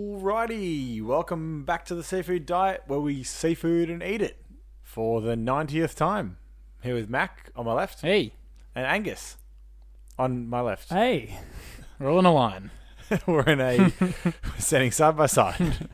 Alrighty, welcome back to the Seafood Diet, where we seafood and eat it for the 90th time. Here with Mac on my left Hey, and Angus on my left. hey, we're all in a line. We're in a we're standing side by side.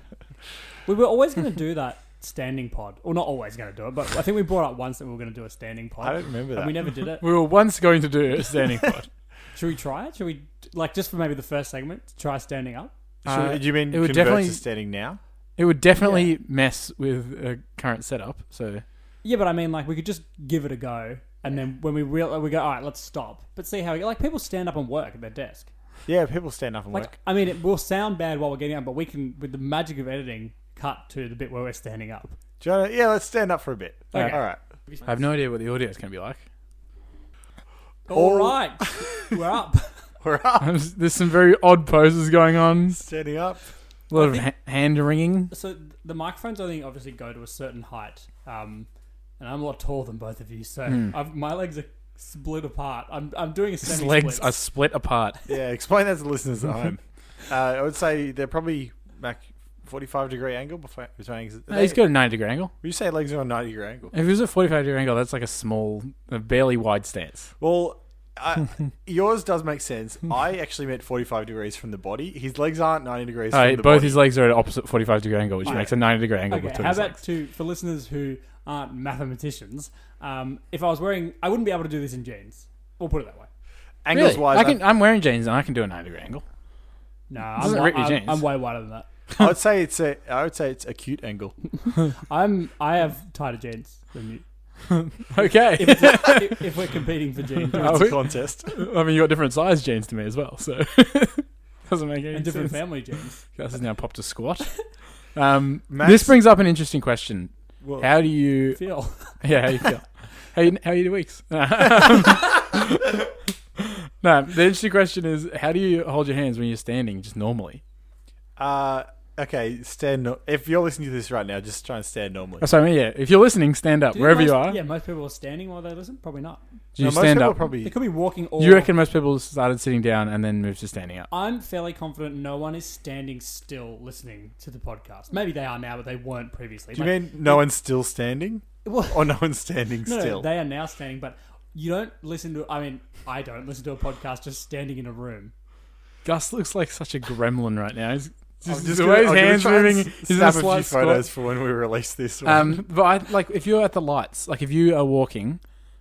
We were always going to do that standing pod. Well, not always going to do it, but I think we brought up once that we were going to do a standing pod. I don't remember and that. we never did it. Uh, We were once going to do a standing pod. Should we try it? Should we, like, just for maybe the first segment, try standing up? Should- Uh, do you mean it would convert definitely- to standing now? It would definitely mess with a current setup. So Yeah, but I mean, like, we could just give it a go, and then when we real, we go, all right, let's stop. But see how we like people stand up and work at their desk. Yeah, people stand up and Like, work. I mean, it will sound bad while we're getting up, but we can, with the magic of editing, cut to the bit where we're standing up. Do you wanna, yeah, let's stand up for a bit. Okay. All right. I have no idea what the audio is going to be like. All- all right, we're up. We're up. I'm s- There's some very odd poses going on. Standing up. A lot of ha- hand wringing. So th- the microphones, I think, obviously go to a certain height, um, and I'm a lot taller than both of you, so I've, my legs are split apart. I'm I'm doing a Hmm. His semi legs are split apart. Yeah, explain that to the listeners at home. Uh, I would say they're probably Mac 45 degree angle before, between Angus. No, he's got a 90 degree angle. Would you say legs are on 90 degree angle? If it was a 45 degree angle, that's like a small, a barely wide stance. Well, I, yours does make sense. I actually meant 45 degrees from the body. His legs aren't 90 degrees Uh, from the both body. his legs are at opposite 45 degree angle, which Alright. makes a 90 degree angle okay, between how his about legs. to for listeners who aren't mathematicians? Um, if I was wearing, I wouldn't be able to do this in jeans. We'll put it that way. Angles Really? wise, I can, I'm wearing jeans and I can do a 90 degree angle. No, Doesn't I'm, rip wi- your I'm, jeans. I'm way wider than that. I would say it's a. I would say it's acute angle. Oh, I'm I have tighter jeans than you. Okay. If, we're- if, if we're competing for jeans, Are It's we- a contest. I mean, you got different size jeans to me as well, so doesn't make any and different sense. family jeans. Gus has now popped a squat. Um, Max- this brings up an interesting question. Well, How do you? Feel Yeah, how you feel? how you, how you do weeks? Um, no, the interesting question is how do you hold your hands when you're standing just normally? uh, okay, stand. No- if you're listening to this right now, just try and stand normally. Oh, So I mean, yeah, if you're listening, stand up Do wherever most, you are. Yeah, most people are standing while they listen. Probably not. Do you Now, most stand people up? Probably. They could be walking. All Do you reckon most people started sitting down and then moved to standing up? I'm fairly confident no one is standing still listening to the podcast. Maybe they are now, but they weren't previously. do you Like, mean no one's still standing, Well- or no one's standing no, no, still? they are now standing, but you don't listen to. I mean, I don't listen to a podcast just standing in a room. Gus looks like such a gremlin right now. He's just, just the gonna- way his I'm gonna hands try and moving. s- He's in a snap a few slight squat. photos for when we release this. One. Um, but I, like if you're at the lights, like if you are walking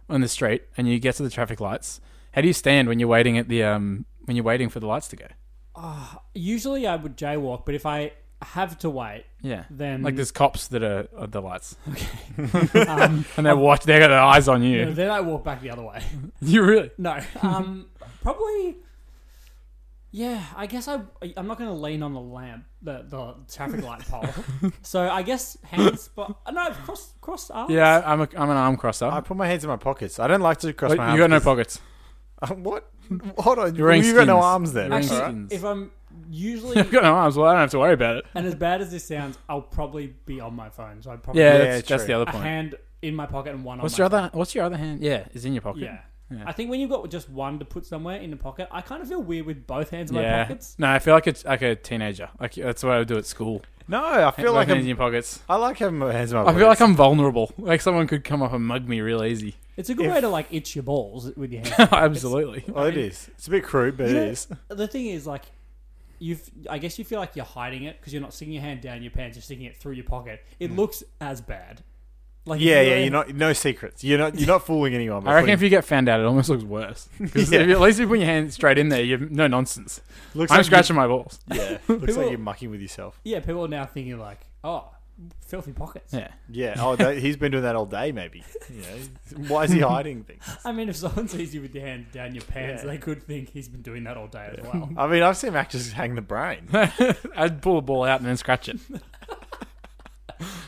on the street and you get to the traffic lights, how do you stand when you're waiting at the um when you're waiting for the lights to go? Usually, I would jaywalk, but if I have to wait, Yeah, then like there's cops that are at the lights um, and they watch. They got their eyes on you. no, then I walk back the other way. You really? No, um, probably. Yeah, I guess I I'm not going to lean on the lamp, the the traffic light pole. so I guess hands, but no, cross cross arms. Yeah, I'm a, I'm an arm crosser. I put my hands in my pockets. I don't like to cross Wait, my arms. you got no 'cause- pockets. what? Hold on. You're wearing you got no skins. arms then. You're wearing all right? skins. If I'm usually You've got no arms. Well, I don't have to worry about it. and as bad as this sounds, I'll probably be on my phone. So I'd probably Yeah, Yeah, that's, that's true. the other a point. hand in my pocket and one What's on your my other? What's your other hand? Yeah, is in your pocket. Yeah. Yeah. I think when you've got just one to put somewhere in the pocket, I kind of feel weird with both hands in my Yeah. pockets. No, I feel like it's like a teenager. Like that's what I would do at school. No, I feel Both like hands in I'm, your pockets. I like having my hands in my I pockets. feel like I'm vulnerable. Like someone could come up and mug me real easy. It's a good If- way to like itch your balls with your hands. Absolutely. Well, Oh, it is. It's a bit crude, but You it know, is. The thing is, like, you've. I guess you feel like you're hiding it because you're not sticking your hand down your pants. You're sticking it through your pocket. Hmm. It looks as bad. Like, if Yeah, you yeah. were- You're not. No secrets. You're not. You're not fooling anyone. by I reckon if putting- you get found out, it almost looks worse. 'Cause Yeah. if you- at least if you put your hand straight in there, you've no nonsense. looks I'm like scratching my balls. You, yeah. Looks like People- you're mucking with yourself. Yeah, people are now thinking like, oh, filthy pockets. Yeah. Yeah. Oh, that, he's been doing that all day. Maybe. You know. Why is he hiding things? I mean, if someone sees you with your hand down your pants, Yeah. they could think he's been doing that all day as well. I mean, I've seen Mac just hang the brain. I'd pull the ball out and then scratch it. You've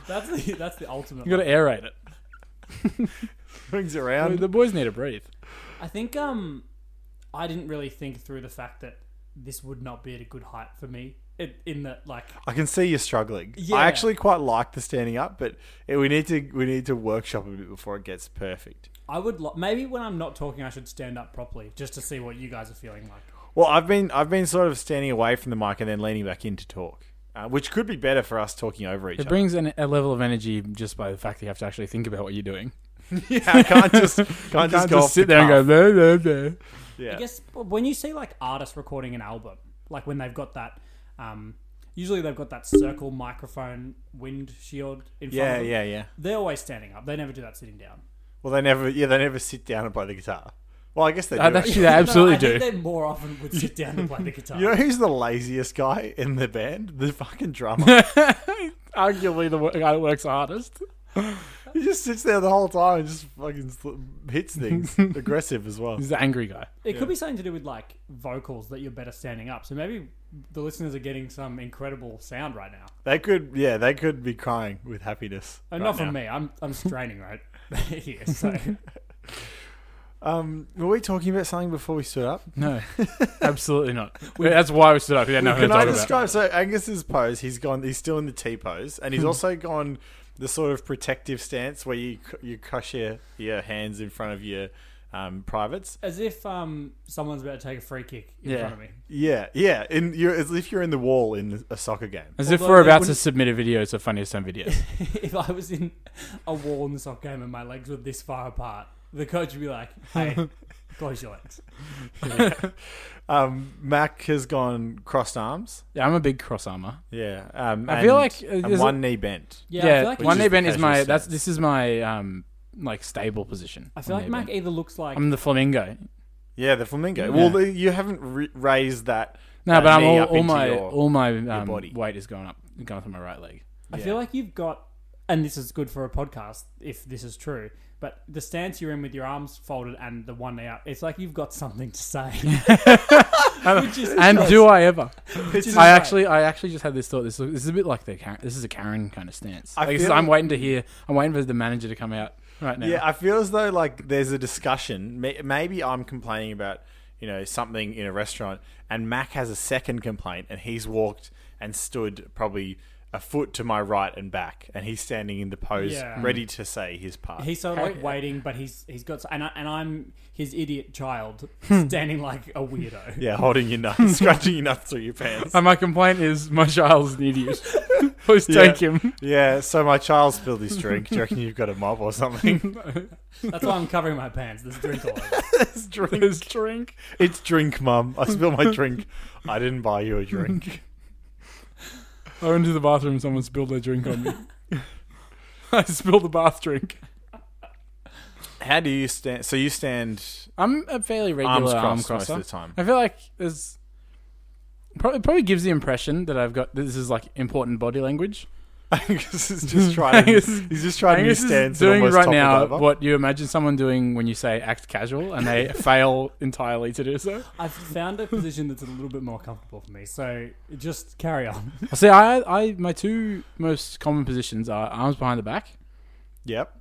that's the that's the ultimate. got to aerate it. Brings it I mean, around. the boys need to breathe. I think um, I didn't really think through the fact that this would not be at a good height for me. It, in that, like, I can see you're struggling. Yeah. I actually quite like the standing up, but it, we need to we need to workshop a bit before it gets perfect. I would lo- maybe when I'm not talking, I should stand up properly just to see what you guys are feeling like. Well, I've been I've been sort of standing away from the mic and then leaning back in to talk. uh, which could be better for us talking over each It brings an, a level of energy just by the fact that you have to actually think about what you're doing. other. yeah, I can't just can't, You just, can't go just off sit the there and go cuff. blah, blah, blah. Yeah. I guess when you see like artists recording an album, like when they've got that, um, usually they've got that circle microphone wind shield in front yeah, of them. yeah, yeah. They're always standing up. They never do that sitting down. Well, they never, yeah, they never sit down and play the guitar. Well, I guess they do. Uh, actually. actually, they absolutely no, I do. Think they more often would sit down and play the guitar. You know who's the laziest guy in the band? The fucking drummer. Arguably, the wo- guy that works hardest. he just sits there the whole time and just fucking sl- hits things. Aggressive as well. He's the angry guy. It could be something to do with like vocals that you're better standing up. So maybe the listeners are getting some incredible sound right now. They could, yeah, they could be crying with happiness. right Enough now. of me. I'm I'm straining right here. So Um, were we talking about something before we stood up? No, absolutely not. That's why we stood up. We had nothing Can to I talk describe? So Angus's pose, he's gone. He's still in the T pose, and Hmm. he's also gone the sort of protective stance where you c- you crush your your hands in front of your um, privates. as if um someone's about to take a free kick in Yeah. front of me. Yeah, yeah. In you, as if you're in the wall in a soccer game. As if Although we're they about to wouldn't- submit a video to Funniest Time Videos. if I was in a wall in the sock game and my legs were this far apart, the coach would be like, "Hey, close your legs." Um, Mac has gone crossed arms. yeah, I'm a big cross armor. Yeah, um, I feel and- like, uh, and is one knee bent. Yeah, Yeah, I feel like, one Which knee is bent is casual my. stance. That's this is my um like stable position. I feel One like knee Mac bent. either looks like I'm the flamingo. Yeah, the flamingo. Yeah. Well, the, you haven't re- raised that. No, that but I'm knee all, up all into my your- all my um, body. weight is going up, going through my right leg. I Yeah. feel like you've got, and this is good for a podcast if this is true. But the stance you're in with your arms folded and the one knee up, it's like you've got something to say. Which is And do I ever? It's- I actually, I actually just had this thought. This, this is a bit like the Karen- this is a Karen kind of stance. I Like, this is- feel- I'm waiting to hear. I'm waiting for the manager to come out right now. Yeah, I feel as though like there's a discussion. May- Maybe I'm complaining about you know something in a restaurant, and Mac has a second complaint, and he's walked and stood probably a foot to my right and back, and he's standing in the pose, Yeah. ready to say his part. He's sort of like waiting, but he's he's got and I, and I'm his idiot child standing like a weirdo. yeah, holding your nuts, scratching your nuts through your pants. And Uh, my complaint is my child's an idiot. Please Yeah. take him. yeah, so my child spilled his drink. Do you reckon you've got a mob or something? That's why I'm covering my pants. There's drink all over. it's drink. His drink. It's drink, mum. I spilled my drink. I didn't buy you a drink. I went to the bathroom. Someone spilled their drink on me. I spilled the bath drink. How do you stand? So you stand I'm a fairly regular arms arm crossed most crosser. of the time. I feel like there's probably probably gives the impression that I've got this is like important body language. Angus is just trying. Angus- he's just trying new Angus is stance. doing and almost right toppled now over. what you imagine someone doing when you say act casual and they fail entirely to do so. I've found a position that's a little bit more comfortable for me. So just carry on. See, I, I my two most common positions are arms behind the back Yep.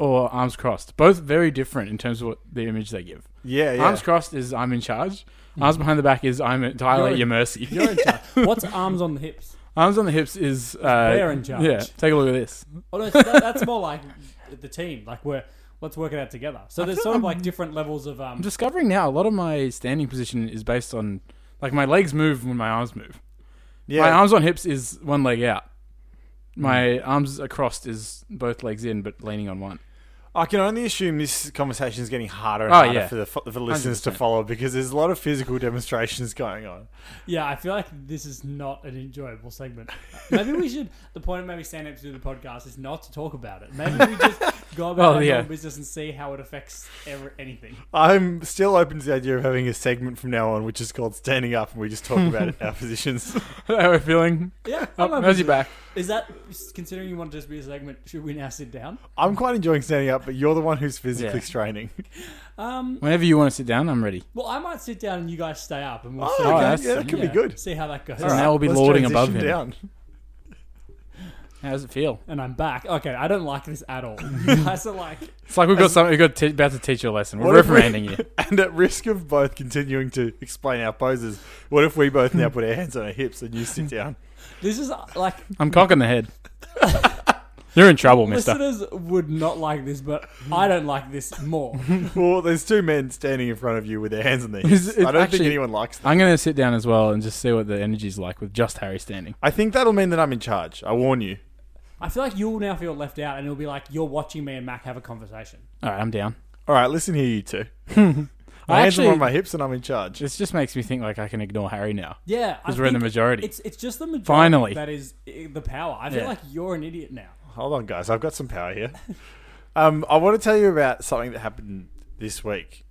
or arms crossed. Both very different in terms of what the image they give. Yeah. Yeah. Arms crossed is I'm in charge. Arms behind the back is I'm entirely Mm. You're at in- your mercy. You're in charge. What's arms on the hips? Arms on the hips is uh, They're in charge. Yeah, take a look at this. Oh, no, so that, that's more like the team. Like we're let's work it out together. So there's feel sort of I'm- like different levels of um. I'm discovering now a lot of my standing position is based on like my legs move when my arms move. yeah. My arms on hips is one leg out. Mm. My arms are crossed is both legs in but leaning on one. I can only assume this conversation is getting harder and Oh, harder yeah. for the fo- for listeners to 100%. follow because there's a lot of physical demonstrations going on. yeah, I feel like this is not an enjoyable segment. Maybe we should. The point of maybe stand up to do the podcast is not to talk about it. Maybe we just go about Oh, our yeah. business and see how it affects every, anything. I'm still open to the idea of having a segment from now on, which is called "Standing Up," and we just talk about it, our positions. How are we feeling? Yeah, I'm Oh, open how's to your back? that. Is that considering you want to just be a segment? Should we now sit down? I'm quite enjoying standing up, but you're the one who's physically Yeah. straining. Um. Whenever you want to sit down, I'm ready. Well, I might sit down and you guys stay up, and we'll Oh, see. okay. that's- yeah, that could Yeah, be good. See how that goes. All right. Now we'll be Let's lording transition above him. Down. How does it feel? And I'm back. Okay, I don't like this at all. You guys are like, It's like we've got something. We've got te- about to teach you a lesson. We're What if we- reprimanding you. And at risk of both continuing to explain our poses, what if we both Hmm. now put our hands on our hips and you sit down? this is like I'm cocking the head. You're in trouble, mister. Listeners would not like this, but I don't like this more. Well, there's two men standing in front of you with their hands on their It's- hips. it's I don't actually- think anyone likes that. I'm going to sit down as well and just see what the energy's like with just Harry standing. I think that'll mean that I'm in charge. I warn you. I feel like you'll now feel left out, and it'll be like you're watching me and Mac have a conversation. All right, I'm down. All right, listen here, you two. I My hands are actually- on my hips and I'm in charge. This just makes me think like I can ignore Harry now. Yeah, Because we're in the majority. It's it's just the majority Finally. that is eh, the power. I feel Yeah. like you're an idiot now. Hold on, guys. I've got some power here. Um, I want to tell you about something that happened this week.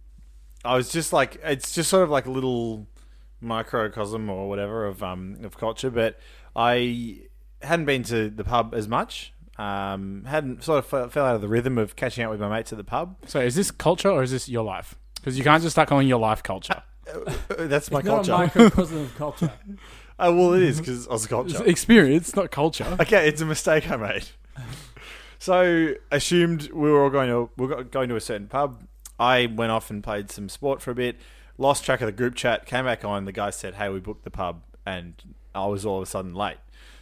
I was just like, it's just sort of like a little microcosm or whatever of um of culture, but I hadn't been to the pub as much. Um, hadn't sort of fe- fell out of the rhythm of catching out with my mates at the pub. So is this culture or is this your life? Because you can't just start calling your life culture. Uh, That's my Not culture. a microcosm of culture. Oh, well, it is because I was It's culture. experience, not culture. Okay, it's a mistake I made. So assumed we were all going to we were going to a certain pub. I went off and played some sport for a bit. Lost track of the group chat. Came back on. The guy said, "Hey, we booked the pub," and I was all of a sudden late.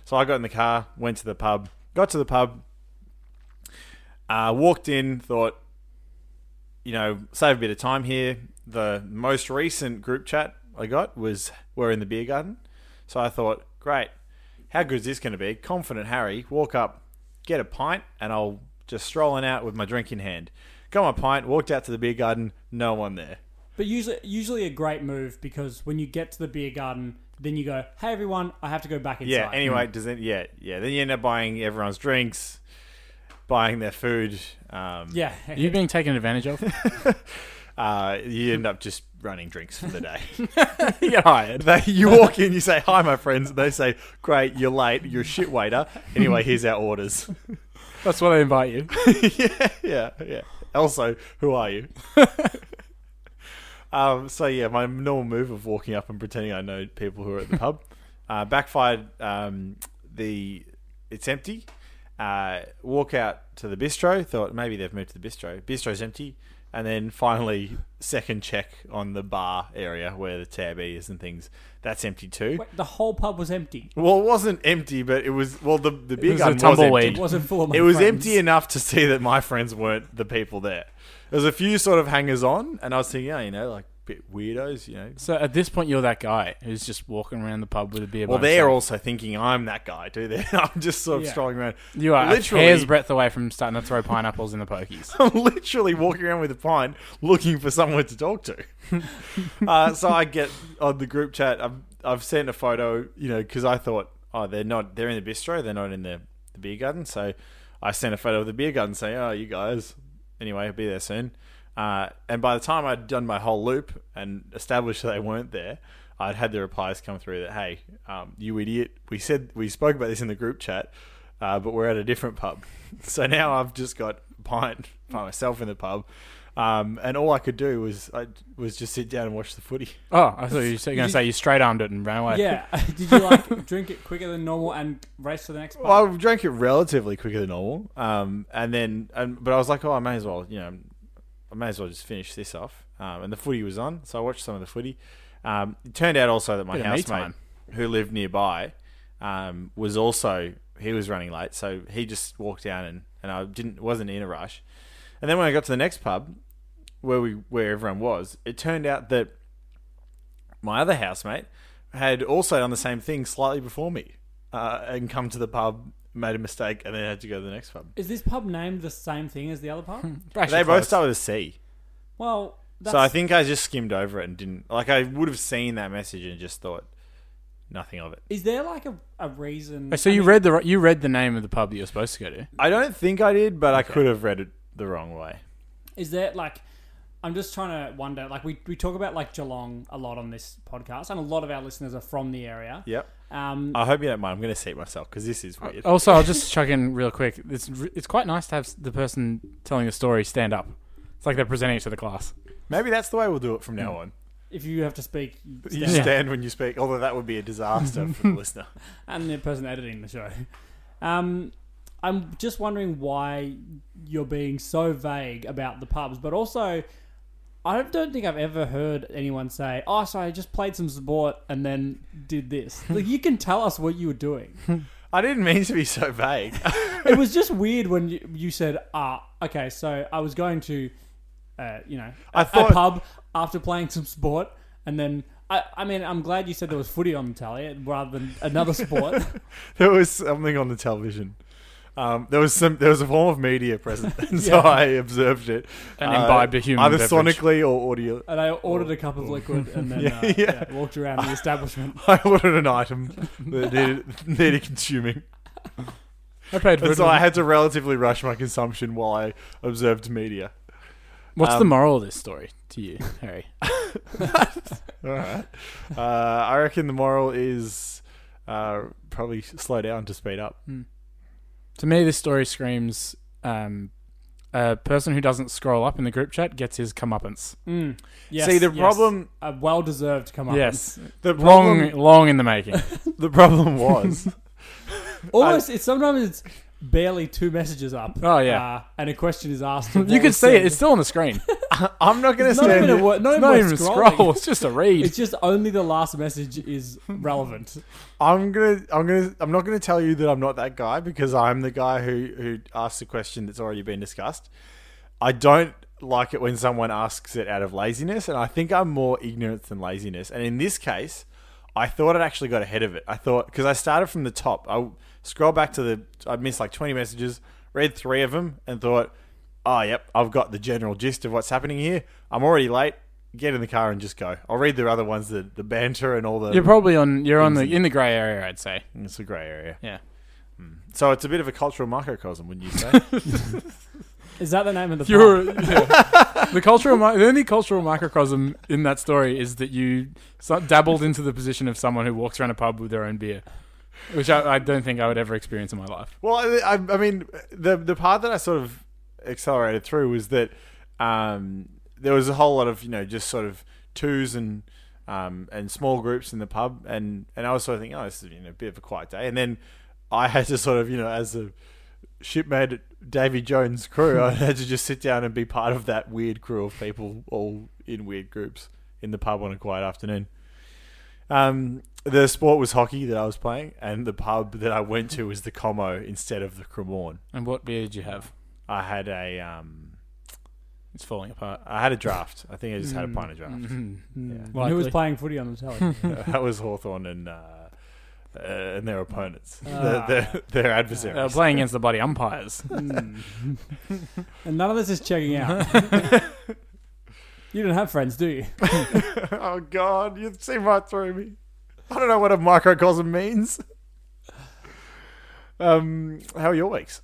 So I got in the car, went to the pub, got to the pub, uh, walked in, thought, you know, save a bit of time here. The most recent group chat I got was we're in the beer garden. So I thought, great, how good is this going to be? Confident Harry, walk up, get a pint, and I'll just strolling out with my drink in hand. Got my pint, walked out to the beer garden, no one there. But usually, usually a great move because when you get to the beer garden, then you go, "Hey everyone, I have to go back inside." Yeah. Anyway, does it? Yeah, yeah. Then you end up buying everyone's drinks, buying their food. Um, yeah, Are you being taken advantage of? uh, you end up just running drinks for the day. you get hired. they, you walk in, you say, "Hi, my friends." They say, "Great, you're late. You're a shit waiter." Anyway, here's our orders. That's why they invite you. yeah, yeah, yeah. Also, who are you? um, so yeah, my normal move of walking up and pretending I know people who are at the pub uh, backfired. Um, the it's empty. Uh, walk out to the bistro. Thought maybe they've moved to the bistro. Bistro's empty. And then finally, second check on the bar area where the tab is and things. That's empty too. Wait, the whole pub was empty. Well, it wasn't empty, but it was. Well, the the beer was a garden was tumbleweed. empty It wasn't full of my it was friends. empty enough to see that my friends weren't the people there. There was a few sort of hangers on, and I was thinking, oh, you know, like bit weirdos, you know. So at this point, you're that guy who's just walking around the pub with a beer. Well, by they're himself. also thinking I'm that guy, do they? I'm just sort of Yeah. strolling around. You are literally, a hair's breadth away from starting to throw pineapples in the pokies. I'm literally walking around with a pint, looking for someone to talk to. uh, so I get on the group chat. I've, I've sent a photo, you know, because I thought, oh, they're not. They're in the bistro. They're not in the, the beer garden. So I sent a photo of the beer garden, saying, oh, you guys. Anyway, I'll be there soon. Uh, and by the time I'd done my whole loop and established that they weren't there, I'd had the replies come through that, hey, um, you idiot. We said we spoke about this in the group chat, uh, but we're at a different pub. So now I've just got a pint by myself in the pub. Um, and all I could do was I was just sit down and watch the footy. Oh, I thought you were going to say you straight armed it and ran away. Yeah. Did you like drink it quicker than normal and race to the next? pub? Well, I drank it relatively quicker than normal, um, and then, and, but I was like, oh, I may as well, you know, I may as well just finish this off. Um, and the footy was on, so I watched some of the footy. Um, it turned out also that my Bit of me housemate, time. who lived nearby, um, was also he was running late, so he just walked down and, and I didn't wasn't in a rush. And then when I got to the next pub, where we where everyone was, it turned out that my other housemate had also done the same thing slightly before me uh, and come to the pub, made a mistake, and then had to go to the next pub. is this pub named the same thing as the other pub? Actually They both close. start with a C. well, that's, So I think I just skimmed over it and didn't. Like, I would have seen that message and just thought nothing of it. is there like a, a reason? So I you mean, read the you read the name of the pub that you're supposed to go to. I don't think I did, but I could have read it the wrong way. Is there like I'm just trying to wonder like we, we talk about like Geelong a lot on this podcast and a lot of our listeners are from the area. Yep. Um I hope you don't mind. I'm going to seat myself because this is weird. Also, I'll just chuck in real quick. It's re- it's quite nice to have s- the person telling the story stand up. It's like they're presenting it to the class. Maybe that's the way we'll do it from now on. if you have to speak you You stand- Hmm. stand when you speak, although that would be a disaster for the listener. and the person editing the show. Um I'm just wondering why you're being so vague about the pubs, but also I don't think I've ever heard anyone say, "Oh, so I just played some sport and then did this." Like you can tell us what you were doing. I didn't mean to be so vague. it was just weird when you, you said, ah, okay, so I was going to, uh, you know, I a- thought- a pub after playing some sport, and then, I, I mean, I'm glad you said there was footy on the tally rather than another sport. there was something on the television. Um, there was some. There was a form of media present, and so Yeah. I observed it And imbibed a human Uh, either beverage. sonically or audio. and I Oh. ordered a cup of liquid and then uh, Yeah, yeah. yeah. walked around the establishment. I ordered an item that needed, needed consuming, I played and Riddle. so I had to relatively rush my consumption while I observed media. What's the um, moral of this story to you, Harry? All right. Uh, I reckon the moral is uh, probably slow down to speed up. to me, this story screams um, a person who doesn't scroll up in the group chat gets his comeuppance. Mm. Yes, See, the yes. problem- A well deserved come up. Yes, The long, problem, long in the making. the problem was Almost, it's sometimes it's barely two messages up. Oh, yeah. Uh, and a question is asked. you can see it; it's still on the screen. I'm not going to It's not stand. even a here- word, not It's even, not worth even a scrolling. scroll; it's just a read. It's just only the last message is relevant. I'm gonna, I'm gonna, I'm not gonna tell you that I'm not that guy because I'm the guy who who asks a question that's already been discussed. I don't like it when someone asks it out of laziness, and I think I'm more ignorant than laziness. And in this case, I thought I'd actually got ahead of it. I thought because I started from the top. I scroll back to the, I missed like 20 messages, read three of them, and thought, oh yep, I've got the general gist of what's happening here. I'm already late. Get in the car and just go. I'll read the other ones, the, the banter and all the. You're probably on. You're on the in the grey area, I'd say. it's a grey area. Yeah. So it's a bit of a cultural microcosm, wouldn't you say? Is that the name of the You're pub? yeah. the cultural. mi- The only cultural microcosm in that story is that you so- dabbled into the position of someone who walks around a pub with their own beer, which I, I don't think I would ever experience in my life. well, I, I I mean, the the part that I sort of accelerated through was that um, there was a whole lot of you know just sort of twos and um, and small groups in the pub, and and I was sort of thinking, oh, this is you know, a bit of a quiet day, and then I had to sort of you know as a shipmate at Davy Jones crew, I had to just sit down and be part of that weird crew of people all in weird groups in the pub on a quiet afternoon. Um, the sport was hockey that I was playing, and the pub that I went to was the Como instead of the Cremorne. And what beer did you have? I had a um, uh, It's falling apart. Mm-hmm. I had a draft. I think I just had a pint of draft. Mm. Yeah. Who was Likely. playing footy on the telly? that was Hawthorn and uh, uh, and their opponents, their, Ah. their, their They were adversaries. Uh, playing against the bloody umpires. Mm. and none of this is checking out. you don't have friends, do you? oh God, you've seen right through me. I don't know what a microcosm means. Um, how are your weeks?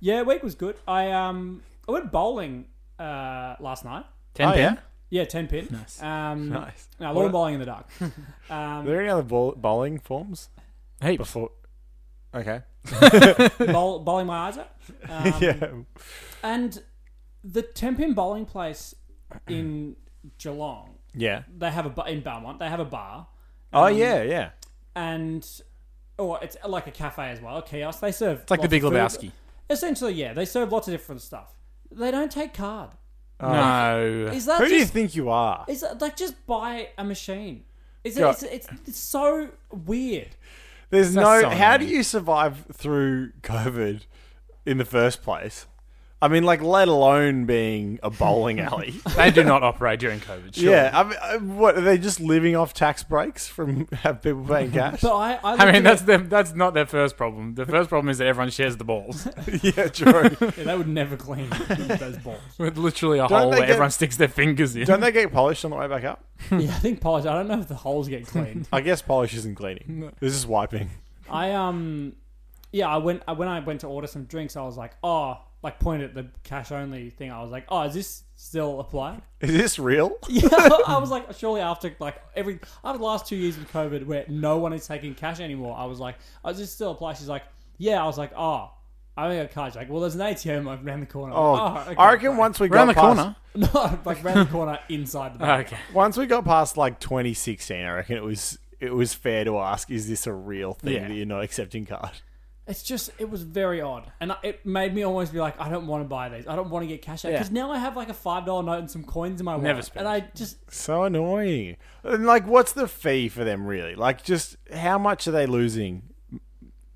Yeah, week was good. I um I went bowling uh last night. Ten Oh, yeah? pin? Yeah, ten pin. Nice. Um, Nice. No, What lawn a- bowling in the dark. Are Um, there any other bowl- bowling forms Heaps. before? Okay. bowl, bowling my eyes out. Um, yeah. And the ten pin bowling place in Geelong, Yeah. they have a bar in Belmont. They have a bar. Oh yeah, yeah. and or it's like a cafe as well, a kiosk. They serve It's like the Big Food. Lebowski. Essentially, yeah, they serve lots of different stuff. They don't take card. Oh. Uh, No. Is that Who do you just, think you are? is that, like just buy a machine? Is it, Yeah. it's, it's it's so weird. There's That's no. so how do annoying. you survive through COVID in the first place? I mean, like, let alone being a bowling alley. they do not operate during COVID. Sure. Yeah, I mean, I- what are they just living off tax breaks from have people paying cash? But I I, I mean, looked that's at them. That's not their first problem. The first problem is that everyone shares the balls yeah, true. it- yeah, they would never clean those balls. with literally a Don't hole they where get- everyone sticks their fingers in. Don't they get polished on the way back up? yeah, I think polish. I don't know if the holes get cleaned. I guess polish isn't cleaning. This is wiping. I um, yeah, I went I, when I went to order some drinks, I was like, oh, like pointed at the cash only thing. I was like, oh, is this still apply? Is this real? Oh, Yeah, I was like, surely after like every after the last two years with COVID, where no one is taking cash anymore, I was like, I just still apply. She's like, yeah. I was like, oh, I only got cards. She's Like, well, there's an ATM over around the corner. Oh, I'm like, oh, okay, I reckon once we got Around the past, corner. Ah, no, like round the corner inside the bank. Okay. once we got past like 2016, I reckon it was it was fair to ask, is this a real thing Yeah. that you're not accepting card? It's just it was very odd, and I- it made me almost be like, I don't want to buy these. I don't want to get cash out because now I have like a five dollar note and some coins in my wallet, Never spend. and I just So annoying. And like, what's the fee for them really? Like, just how much are they losing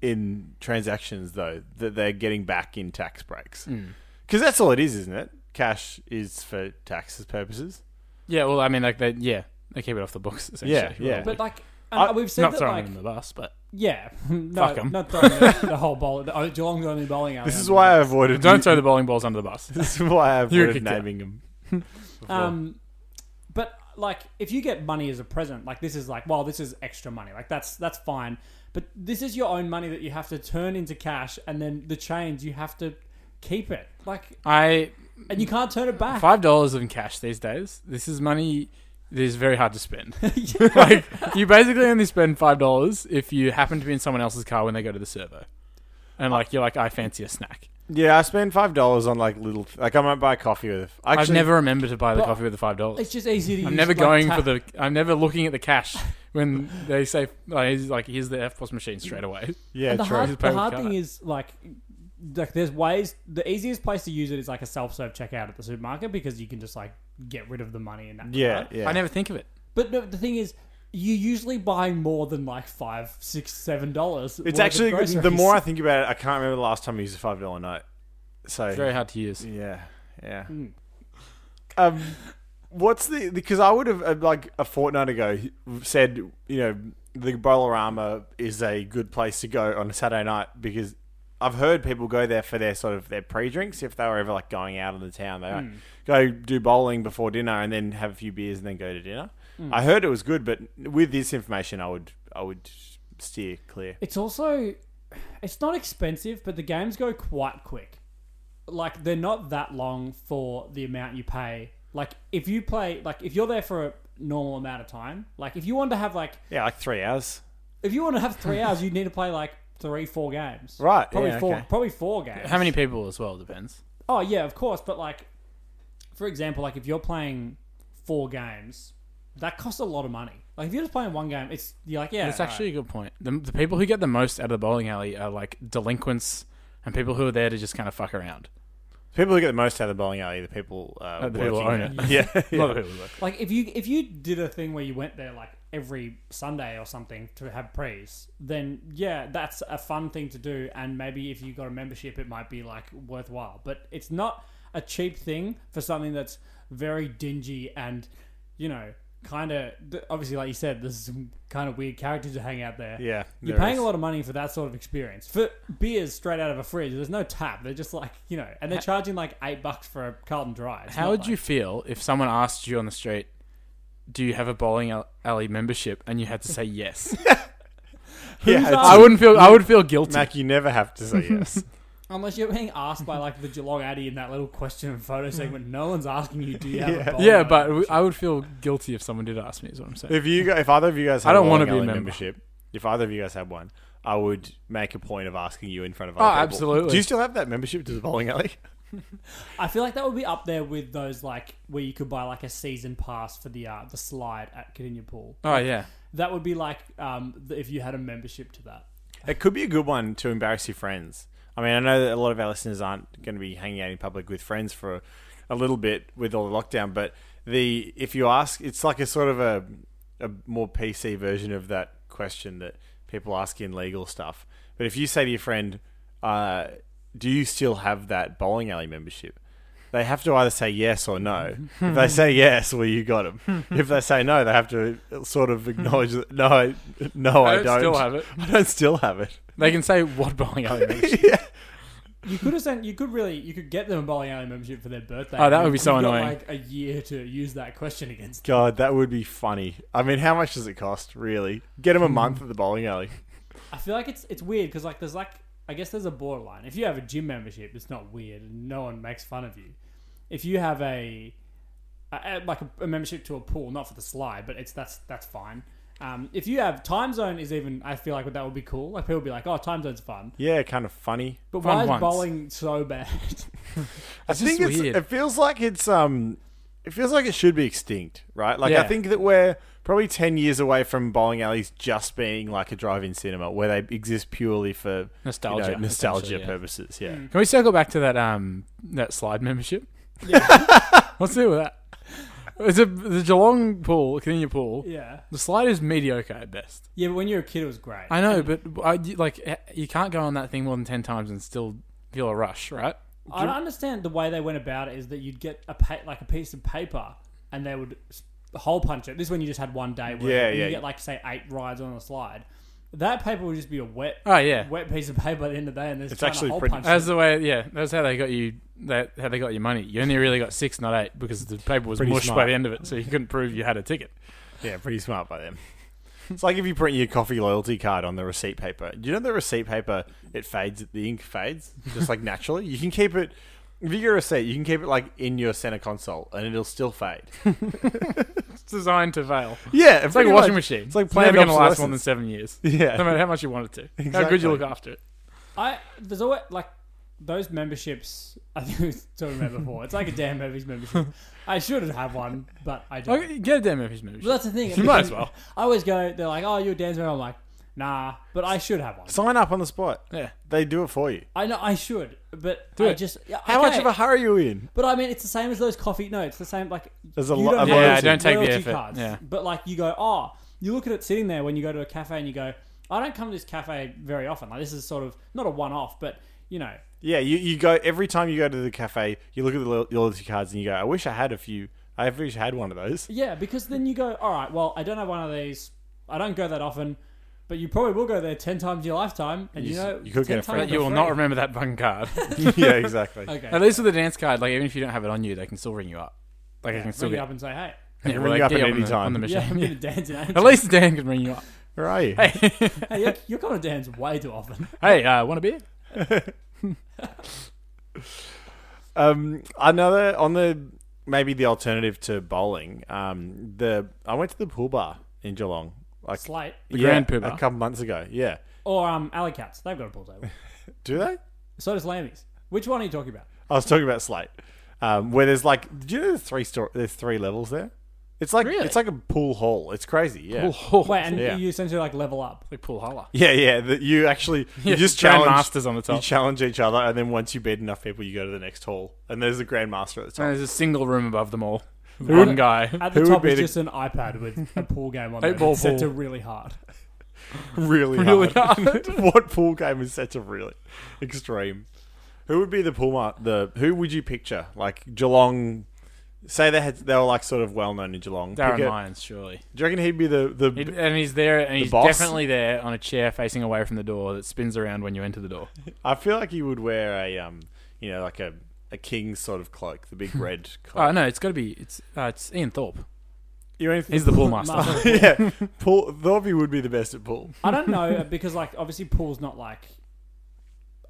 in transactions though that they're getting back in tax breaks Hmm. because that's all it is, isn't it? Cash is for taxes purposes. Yeah, well, I mean, like they, yeah, they keep it off the books essentially. Yeah, yeah. But like, and I- we've said not that throwing like, them in the bus, but yeah, no, Fuck 'em. not throwing the, the whole bowling. The, oh, Geelong's only bowling alley. This is why I avoided. don't throw the bowling balls under the bus. This is why I You avoided kicked out. naming them. Um, but like, if you get money as a present, like this is like, well, this is extra money. Like that's that's fine. But this is your own money that you have to turn into cash, and then the change you have to keep it. Like, I and you can't turn it back. five dollars in cash these days. This is money that is very hard to spend. like you basically only spend five dollars if you happen to be in someone else's car when they go to the servo, and like you're like, I fancy a snack. Yeah, I spend five dollars on like little. Like I might buy coffee with. Actually, I've never remembered to buy the But- coffee with the five dollars. It's just easy to. I'm use, never like, going tap. for the. I'm never looking at the cash when they say like, here's- like here's the F plus machine straight away. Yeah, And the true. Just hard, pay the with hard card. thing is like like there's ways the easiest place to use it is like a self-serve checkout at the supermarket because you can just like get rid of the money in that yeah, card. yeah. I never think of it. but no, the thing is you usually buy more than like five six seven dollars It's actually the more I think about it, I can't remember the last time I used a five dollar note. So It's very hard to use. yeah, yeah. Um, what's the because I would have uh, like a fortnight ago said you know the Bolarama is a good place to go on a Saturday night because I've heard people go there for their sort of their pre drinks if they were ever like going out of the town they like, go do bowling before dinner and then have a few beers and then go to dinner. I heard it was good, but with this information, I would I would steer clear. it's also it's not expensive but the games go quite quick like they're not that long for the amount you pay like if you play like if you're there for a normal amount of time like if you want to have like Yeah, like three hours. if you want to have three hours, you need to play like three, four games. Right, Probably yeah, four. okay. Probably four games. How many people as well depends. Oh yeah, of course. But like, for example, like if you're playing four games, that costs a lot of money. Like if you're just playing one game, it's you're like yeah, That's all actually a good point. The, the people who get the most out of the bowling alley are like delinquents and people who are there to just kind of fuck around. People who get the most out of the bowling alley are the people uh, Uh, the people working who own there. Yeah, A lot of people work. right. like if you if you did a thing where you went there like every Sunday or something to have prees, then yeah, that's a fun thing to do. And maybe if you got a membership, it might be like worthwhile. But it's not a cheap thing for something that's very dingy and you know kind of obviously like you said, there's some kind of weird characters who hang out there. Yeah, You're there paying is. a lot of money for that sort of experience. For beers straight out of a fridge, there's no tap. They're just like, you know, and they're charging like eight bucks for a Carlton Dry. It's How not would like- you feel if someone asked you on the street, "Do you have a bowling al- alley membership?" and you had to say yes? Yeah, it's- I wouldn't feel. I would feel guilty. Mac, you never have to say yes. Unless you're being asked by like the Geelong Addy in that little question and photo segment, no one's asking you, do you have Yeah. a bowl? yeah, but w- I would feel guilty if someone did ask me. Is what I'm saying. if you, go- if either of you guys, had I don't a wanna bowling be a alley member. membership. If either of you guys had one, I would make a point of asking you in front of. Oh, Other people. absolutely. Do you still have that membership to the bowling alley? I feel like that would be up there with those like where you could buy like a season pass for the uh, the slide at Cadinia Pool. oh yeah, That would be like um, th- if you had a membership to that. It could be a good one to embarrass your friends. I mean, I know that a lot of our listeners aren't going to be hanging out in public with friends for a little bit with all the lockdown, but the if you ask, it's like a sort of a a more PC version of that question that people ask in legal stuff. But if you say to your friend, uh, "Do you still have that bowling alley membership?" They have to either say yes or no. If they say yes, well, you got them. If they say no, they have to sort of acknowledge that no, I- no, I, I don't still have it. I don't still have it. They can say what bowling alley membership. You could have sent. You could really. You could get them a bowling alley membership for their birthday. Oh, that and would be you've so got, annoying. Like a year to use that question against. them. God, that would be funny. I mean, how much does it cost, really? Get him a month at the bowling alley. I feel like it's it's weird because like there's like I guess there's a borderline. If you have a gym membership, it's not weird and no one makes fun of you. If you have a, a- a like a, a membership to a pool, not for the slide, but it's that's that's fine. Um, if you have time zone is even I feel like that would be cool. Like people would be like, oh, time zone's fun. Yeah, kind of funny. But Fun why is once. bowling so bad? I It's just think it's, weird. it feels like it's um, it feels like it should be extinct, right? Like I Yeah. think that we're probably ten years away from bowling alleys just being like a drive-in cinema where they exist purely for you know, Nostalgia, nostalgia essentially, yeah. purposes. Yeah, Can we circle back to that um that slide membership? yeah. Let's do that. It's a the Geelong pool, Canina pool. Yeah. The slide is mediocre at best. Yeah, but when you're a kid, it was great. I know, but I, you- like eh, you can't go on that thing more than ten times and still feel a rush, right? I don't understand the way they went about it is that you'd get a pa- like a piece of paper and they would s- hole punch it. This is when you just had one day. Where Yeah, You yeah. get like say eight rides on a slide. That paper would just be a wet, Oh yeah, wet piece of paper at the end of the day, and there's It's trying actually to hole pretty- punch. That's it. the way. Yeah, that's how they got you. That how they got your money. You only really got six, not eight, because the paper was Pretty mushed smart. by the end of it, so you couldn't prove you had a ticket. Yeah, pretty smart by them. It's like if you print your coffee loyalty card on the receipt paper. Do you know the receipt paper? It fades. The ink fades just like naturally. You can keep it. If you get a receipt, you can keep it like in your center console, and it'll still fade. It's designed to fail. Yeah, It's like a washing machine. It's like it's never planned going to last more than obsolescence. seven years. Yeah. no matter how much you want it to. How good Exactly. you look after it. I there's always like those memberships. I think we were talking about before. It's like a damn movies membership. I should have one, but I don't. Okay, get a damn Memphis movie. Well, that's the thing. You might as well. I always go. They're like, "Oh, you're a dance member." I'm like, "Nah," but I should have one. Sign up on the spot. yeah, They do it for you. I know I should, but Do I it. just yeah, How okay. much of a hurry are you in? But I mean, it's the same as those coffee notes. The same like There's a you lo- don't a have loyalty. Yeah, I don't take the loyalty effort. Yeah. But like you go, oh, you look at it sitting there when you go to a cafe and you go, I don't come to this cafe very often. Like this is sort of not a one-off, but you know, Yeah, you, you go every time you go to the cafe. You look at the lo- loyalty cards and you go, "I wish I had a few. I wish I had one of those." yeah, because then you go, all right, well, I don't have one of these. I don't go that often, but you probably will go there ten times in your lifetime, and You you, s- know, you could 10 get a times free- but you for will free. not remember that fucking card. yeah, exactly. Okay, At least with the dance card, like even if you don't have it on you, they can still ring you up. Like they yeah, can still ring get up and say, hey, yeah, ring well, you they up get at on any the- time. on the yeah, I'm machine. gonna dance in At least Dan can ring you up. Where are you? Hey, Hey, you're, you're coming to dance way too often. hey, uh, want a beer? Um, another on the maybe the alternative to bowling. Um, the I went to the pool bar in Geelong, like Slate The yeah, Grand Pool a Bar. couple months ago. Yeah, or um, alley cats. They've got a pool table. do they? So does Lammy's. Which one are you talking about? I was talking about Slate, um, where there's like, do you know there's three store? There's three levels there. It's like Really? it's like a pool hall. It's crazy. Yeah. Pool hall. Wait, and Yeah. you essentially like level up. Like pool holler. Yeah, yeah. That you actually you Yeah, just Grand challenge Masters on the top. You challenge each other, and then once you beat enough people, you go to the next hall, and there's a grandmaster at the And top. there's a single room above them all. One guy. At the Who would top be is the- just an iPad with a pool game on Eight it ball set pool. to really hard. Really, Really hard. what pool game is set to really extreme? Who would be the pool mar- the who would you picture? Like Geelong say they had they were like sort of well known in Geelong. Darren Pick a- Lyons, surely. Do you reckon he'd be the, the It- and he's there, and he's boss? definitely there on a chair facing away from the door that spins around when you enter the door. I feel like he would wear a um you know, like a a king's sort of cloak, the big red cloak. Oh no, it's got to be it's uh, it's Ian Thorpe. you know, He's the pool master. Master. yeah, pool. Thorby would be the best at pool. I don't know uh, because like obviously pool's not like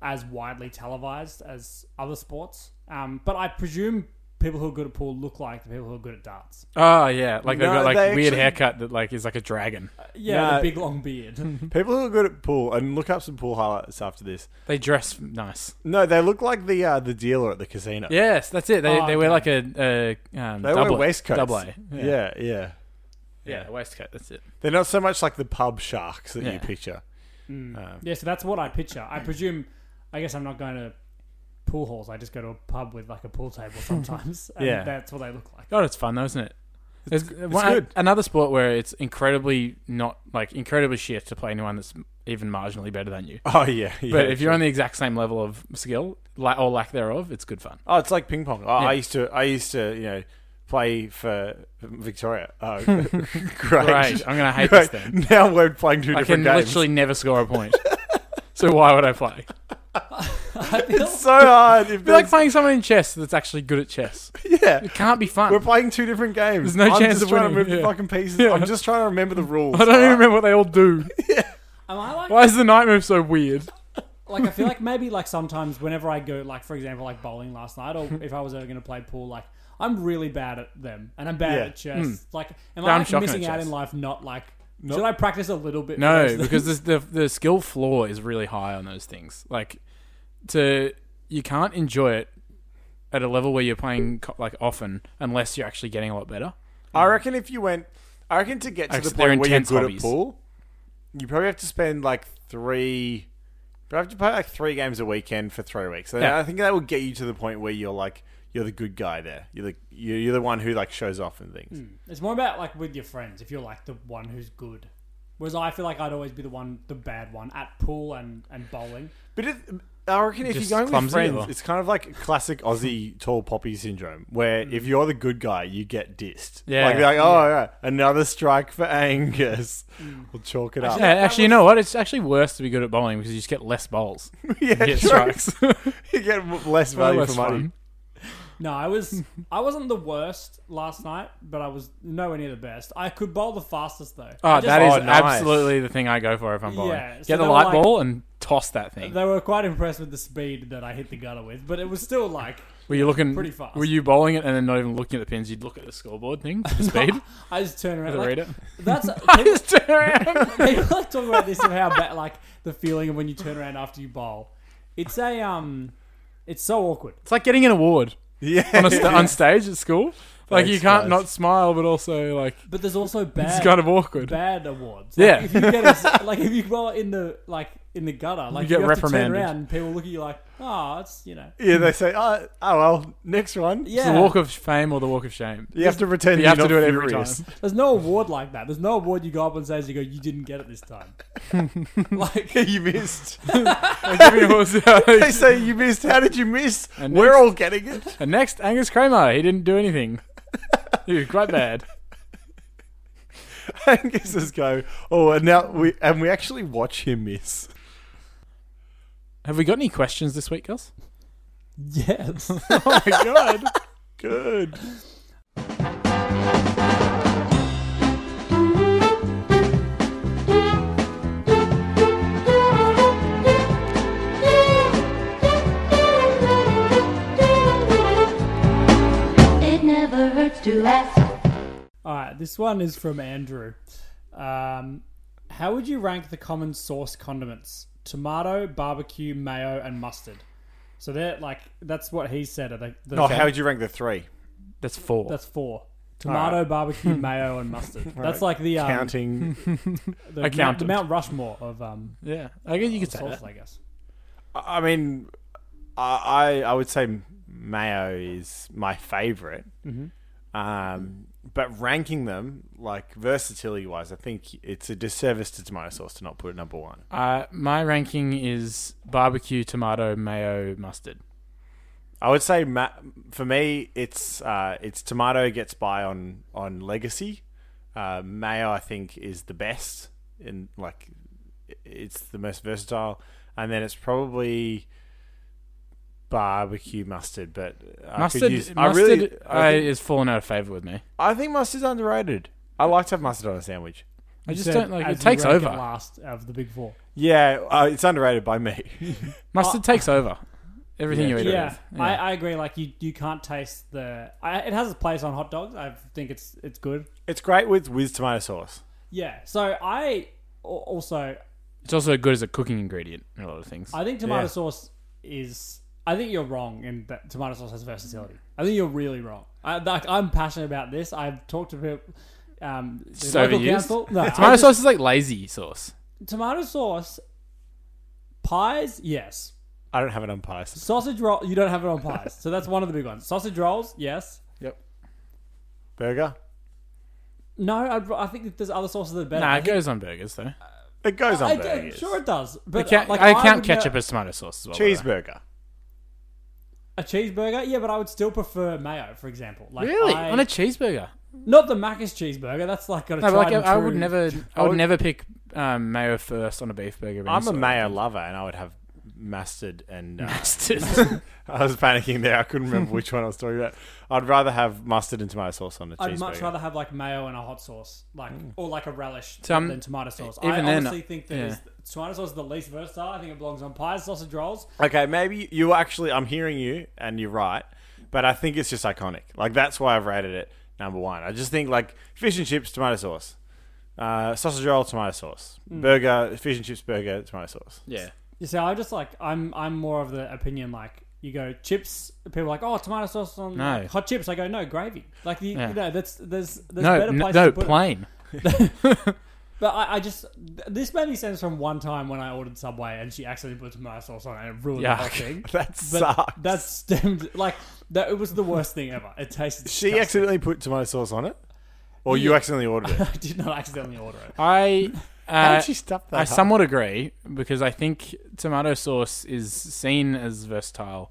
as widely televised as other sports. Um, but I presume people who are good at pool look like the people who are good at darts. oh yeah, like they've No, got like they weird actually- haircut that like is like a dragon. yeah, Nah. the big long beard. People who are good at pool and look up some pool highlights after this. They dress nice. No, they look like the uh, the dealer at the casino. Yes, that's it. They, Oh, they wear okay. like a, a um, They doublet, wear waistcoats. Double A. Yeah, Yeah. yeah. Yeah, waistcoat. That's it. They're not so much like the pub sharks that you Yeah. picture. Mm. Um, yeah, so that's what I picture. I presume. I guess I'm not going to pool halls. I just go to a pub with like a pool table sometimes. and Yeah. that's what they look like. God, it's fun though, isn't it? It's, one- good. Another sport where it's incredibly not like incredibly shit to play anyone that's even marginally better than you. Oh yeah, yeah. But if you're on the exact same level of skill la- or lack thereof, it's good fun. oh, it's like ping pong. Oh, I Yeah. used to, I used to, you know, play for Victoria. Oh, great. Right, I'm gonna hate Great. this thing. Now we're playing two I can different games. literally never score a point. so why would I play? I feel It's so hard. If It'd be like there's- playing someone in chess that's actually good at chess. yeah. It can't be fun. We're playing two different games. There's no I'm chance just of trying to move winning, the yeah. fucking pieces. Yeah. I'm just trying to remember the rules. I don't even right? remember what they all do. Am I like Why is the night move so weird? like I feel like maybe like sometimes whenever I go like for example like bowling last night or if I was ever going to play pool like I'm really bad at them and I'm bad Yeah. at chess. Like I'm am I like, Hmm. shocking missing at out chess. in life? Not like should I practice a little bit? for No, those because things? this, the the skill floor is really high on those things. Like, to you can't enjoy it at a level where you're playing co- like often unless you're actually getting a lot better. I reckon if you went, I reckon to get to the Actually, they're point where you're intense good hobbies. at pool, you probably have to spend like three. You have to play like three games a weekend for three weeks. And Yeah. I think that will get you to the point where you're like you're the good guy there. You're the you're, you're the one who like shows off and things. It's more about like with your friends. If you're like the one who's good, whereas I feel like I'd always be the one, the bad one at pool and and bowling. But if, I reckon if Just you're going with clumsy friends, or- it's kind of like classic Aussie tall poppy syndrome, where if you're the good guy, you get dissed. Yeah. like they're like, oh, yeah, another strike for Angus. We'll chalk it Oh, up. Yeah, actually, you know what? It's actually worse to be good at bowling because you just get less bowls. yeah, You get true. strikes. you get w- less value Less for money. fun. No, I was I wasn't the worst last night, but I was nowhere near the best. I could bowl the fastest though. I Oh, just- that is Oh, nice. absolutely the thing I go for if I'm bowling. Yeah, so get the they were light like- ball and toss that thing. They were quite impressed with the speed that I hit the gutter with, but it was still like Were you looking pretty fast. Were you bowling it and then not even looking at the pins? You'd look at the scoreboard thing, the speed, I just turn around. to Like, read it. That's I just turn around. people like talk about this of how bad, like the feeling of when you turn around after you bowl. It's a um, it's so awkward. It's like getting an award Yeah, on, a st- on stage at school. Like you Thanks, can't guys. not smile, but also like But there's also bad. it's kind of awkward. bad awards. Yeah. Like, if you get a, like if you go in the like in the gutter, like you, get have To reprimanded. turn around, and people look at you like, oh, it's you know, yeah. They say, oh, oh well, next one. It's yeah. the walk of fame or the walk of shame. You have to pretend You you're have to not do it every time. furious. There's no award like that. There's no award you go up on stage and go, you didn't get it this time. like you missed. They and say you missed. How did you miss? And We're next- all getting it. next, Angus Kramer. He didn't do anything. He was quite bad. Angus is go. Oh, and now we and we actually watch him miss. Have we got any questions this week, Gus? yes. Oh my god. Good. It never hurts to ask. All right, this one is from Andrew. Um, how would you rank the common sauce condiments? Tomato, barbecue, mayo, and mustard. So they're like that's what he said. Are they, Oh, how would you rank the three? That's four. That's four. Tomato, barbecue, mayo, and mustard. That's like the um, Counting. the, Mount- Accountant. the Mount Rushmore of um yeah, I guess you could say sauce, that. I guess. I I mean, I I I would say mayo is my favorite. Um, but ranking them like versatility wise, I think it's a disservice to tomato sauce to not put it number one. Uh, my ranking is barbecue, tomato, mayo, mustard. I would say ma- for me, it's uh, it's tomato gets by on on legacy. Uh, mayo, I think, is the best and like i- it's the most versatile. And then it's probably barbecue mustard, but I Mustard, could use. mustard I really, uh, I think, is fallen out of favor with me. I think mustard's underrated. I like to have mustard on a sandwich. I just Said don't like as it. you Takes rank it over. last out of the big four. Yeah, uh, it's underrated by me. Mustard takes over. Everything you eat. it Uh, yeah, with. I, I agree. Like you, you can't taste the. I, it has a place on hot dogs. I think it's it's good. it's great with whiz tomato sauce. Yeah. So I al- also It's also good as a cooking ingredient in a lot of things. I think tomato Yeah. sauce is. I think you're wrong in that tomato sauce has versatility. I think you're really wrong. I, like, I'm passionate about this. I've talked to people. Um, the So local overused. council- No, tomato I just- sauce is like lazy sauce. Tomato sauce. Pies, yes. I don't have it on pies. Sausage roll. You don't have it on pies, so that's one of the big ones. Sausage rolls, yes. Yep. Burger. No, I'd, I think that there's other sauces that are better. Nah, I it think- goes on burgers though. It goes on I, do- burgers. sure it does. I But count, like, I count would ketchup ne- as tomato sauce as well. by the way. Cheeseburger. a cheeseburger. Yeah, but I would still prefer mayo, for example. Like Really? I- On a cheeseburger? not the Macca's cheeseburger. That's like got a No, but tried like and I, I would true- never, I would never pick um, mayo first on a beef burger. of any I'm a sort. mayo lover, and I would have mustard and. Uh, Mustard. I was panicking there. I couldn't remember which one I was talking about. I'd rather have mustard and tomato sauce on a cheeseburger. I'd much rather have like mayo and a hot sauce, like or like a relish Mm. So I'm- than tomato sauce. even I then, honestly think that yeah. is- tomato sauce is the least versatile. I think it belongs on pies, sausage rolls. Okay, maybe you actually. I'm hearing you, and you're right. But I think it's just iconic. Like that's why I've rated it number one. I just think like fish and chips, tomato sauce, uh, sausage roll, tomato sauce, burger, fish and chips, burger, tomato sauce. yeah. You see, I just like I'm I'm more of the opinion like you go chips. People are like oh tomato sauce on No. hot chips. I go no gravy. Like you, Yeah. you know that's there's there's No, better no, places no to put it. plain. But I, I just th- this made me sense from one time when I ordered Subway and she accidentally put tomato sauce on it and it ruined the whole Yuck. thing. That But sucks. that stemmed like That it was the worst thing ever. It tasted. She disgusting. accidentally put tomato sauce on it, or you Yeah. accidentally ordered it. I did not accidentally order it. I. How Uh, did she stuff that? I up? somewhat agree because I think tomato sauce is seen as versatile,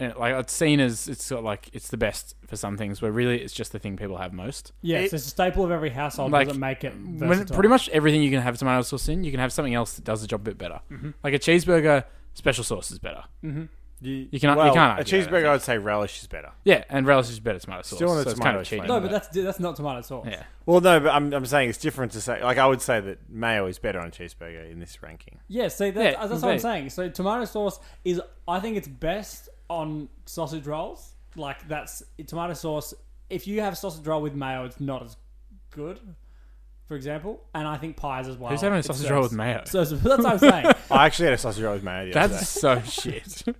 and like it's seen as it's sort of like it's the best for some things, where really it's just the thing people have most. Yes, It- it's a staple of every household. Like, doesn't make it When, versatile. pretty much everything you can have tomato sauce in, you can have something else that does the job a bit better. Like a cheeseburger, special sauce is better. You, can't- you well, can't A argue that, I cheeseburger, I'd say relish is better. Yeah, and relish is better tomato sauce. Still on the so it's tomato kind of cheating. flavour. No, but that's that's not tomato sauce. yeah. Well, no, but I'm, I'm saying it's different to say. Like, I would say that mayo is better on a cheeseburger in this ranking. Yeah, see, that's, Yeah, that's what I'm indeed. saying. So tomato sauce is, I think it's best on sausage rolls. Like that's tomato sauce. If you have sausage roll with mayo, it's not as good. For example, and I think pies as well. Who's having a It sausage serves- roll with mayo? So so that's what I'm saying. I actually had a sausage roll with mayo. The other That's so shit. day.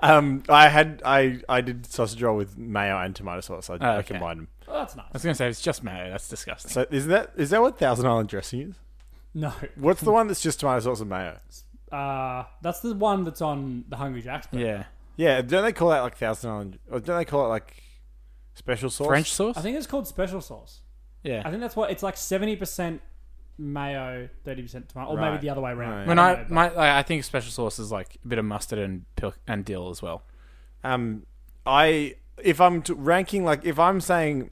Um, I had I I did sausage roll with mayo and tomato sauce. I, I Oh, okay. combined them. Well, Oh, that's I was nice. going to say it's just mayo. That's disgusting. So is that is that what Thousand Island dressing is? No, What's the one that's just tomato sauce and mayo? uh, that's the one that's on the Hungry Jack's. burger. yeah, Yeah, don't they call that like Thousand Island? Or don't they call it like special sauce? French sauce. I think it's called special sauce. yeah, I think that's what it's like. Seventy percent mayo, thirty percent tomato, or maybe Right. the other way around. Right. When don't I know, but- my I I think special sauce is like a bit of mustard and pil- and dill as well. Um, I if I'm t- ranking like if I'm saying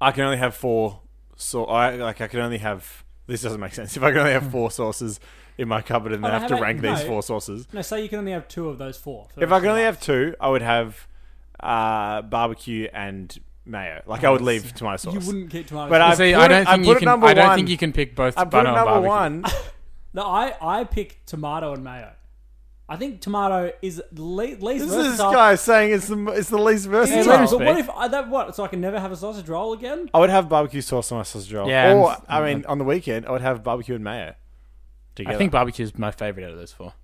I can only have four, so I like I can only have this doesn't make sense. If I can only have four sauces in my cupboard and Oh, then no, have how to about- rank these no. four sauces, no, say you can only have two of those four. if I can only have two, I would have uh, barbecue and mayo. Like I would leave tomato sauce. You wouldn't get tomato But sauce. I See, put I it- don't I think put you it can. number I don't one. think you can pick both I put butter and Uh, number barbecue. one. No, I, I pick tomato and mayo. I think tomato is le- least This is this versatile. guy saying it's the it's the least Yeah, versatile. but Speak. what if I, that what? So I can never have a sausage roll again? I would have barbecue sauce on my sausage roll. Yeah, or and- I mean, on the weekend, I would have barbecue and mayo. Together. I think barbecue is my favorite out of those four.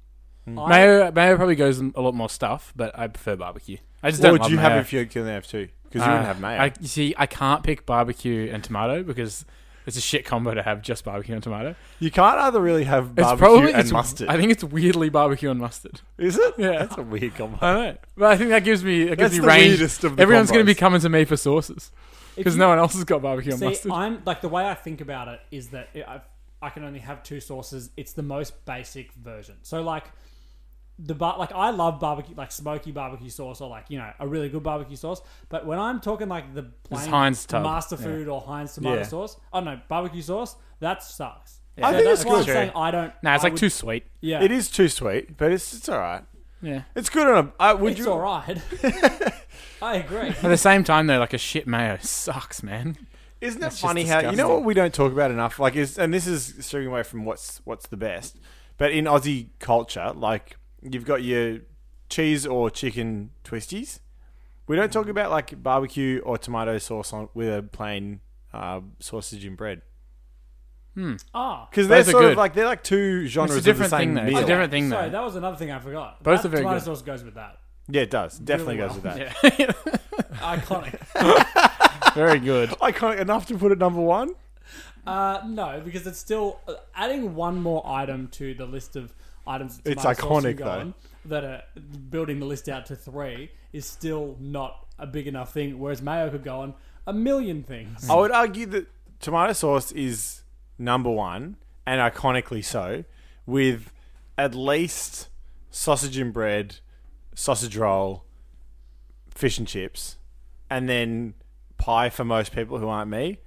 Hmm. I- Mayo mayo probably goes in a lot more stuff, but I prefer barbecue. I just What don't would love you mayo. have if you could only have two? Because you Uh, wouldn't have mayo. I, you see, I can't pick barbecue and tomato because it's a shit combo to have just barbecue and tomato. you can't either really have It's barbecue probably and it's- mustard. I think it's weirdly barbecue and mustard. is it? Yeah. that's a weird combo. I know, but I think that gives me it gives That's me the range. weirdest of the Everyone's going to be combos. coming to me for sauces If because you- no one else has got barbecue and See, mustard. I'm like the way I think about it is that i I've, I can only have two sauces. It's the most basic version. So like the bar, like I love barbecue, like smoky barbecue sauce, or like you know a really good barbecue sauce. But when I'm talking like the plain Heinz tub, master yeah. food or Heinz tomato Yeah. sauce, oh no, barbecue sauce that sucks. I So think that's it's why I'm good. True. saying I don't. nah, it's I like would- too sweet. Yeah, It is too sweet, but it's it's all right. Yeah. It's good on a. I, would It's you? all right. I agree. At the same time, though, like a shit mayo sucks, man. Isn't it just funny how you know disgusting. what we don't talk about enough? Like, is and this is steering away from what's what's the best, but in Aussie culture, like you've got your cheese or chicken twisties. We don't talk about like barbecue or tomato sauce on with a plain uh, sausage and bread Ah, because they're Those are sort of good. like they're like two It's genres a of the different thing, same though. meal. It's a different thing, sorry, though. that was another thing I forgot. Both that are very tomato good. sauce goes with that. Yeah, it does. Definitely Really goes with well. that. Iconic. Very good. Iconic enough to put it number one. Mm. Uh, no, because it's still uh, adding one more item to the list of items. that It's tomato sauce can iconic, go though. on, That are building the list out to three is still not a big enough thing. Whereas mayo could go on a million things. I would argue that tomato sauce is number one, and iconically so, with at least sausage and bread, sausage roll, fish and chips, and then pie for most people who aren't me,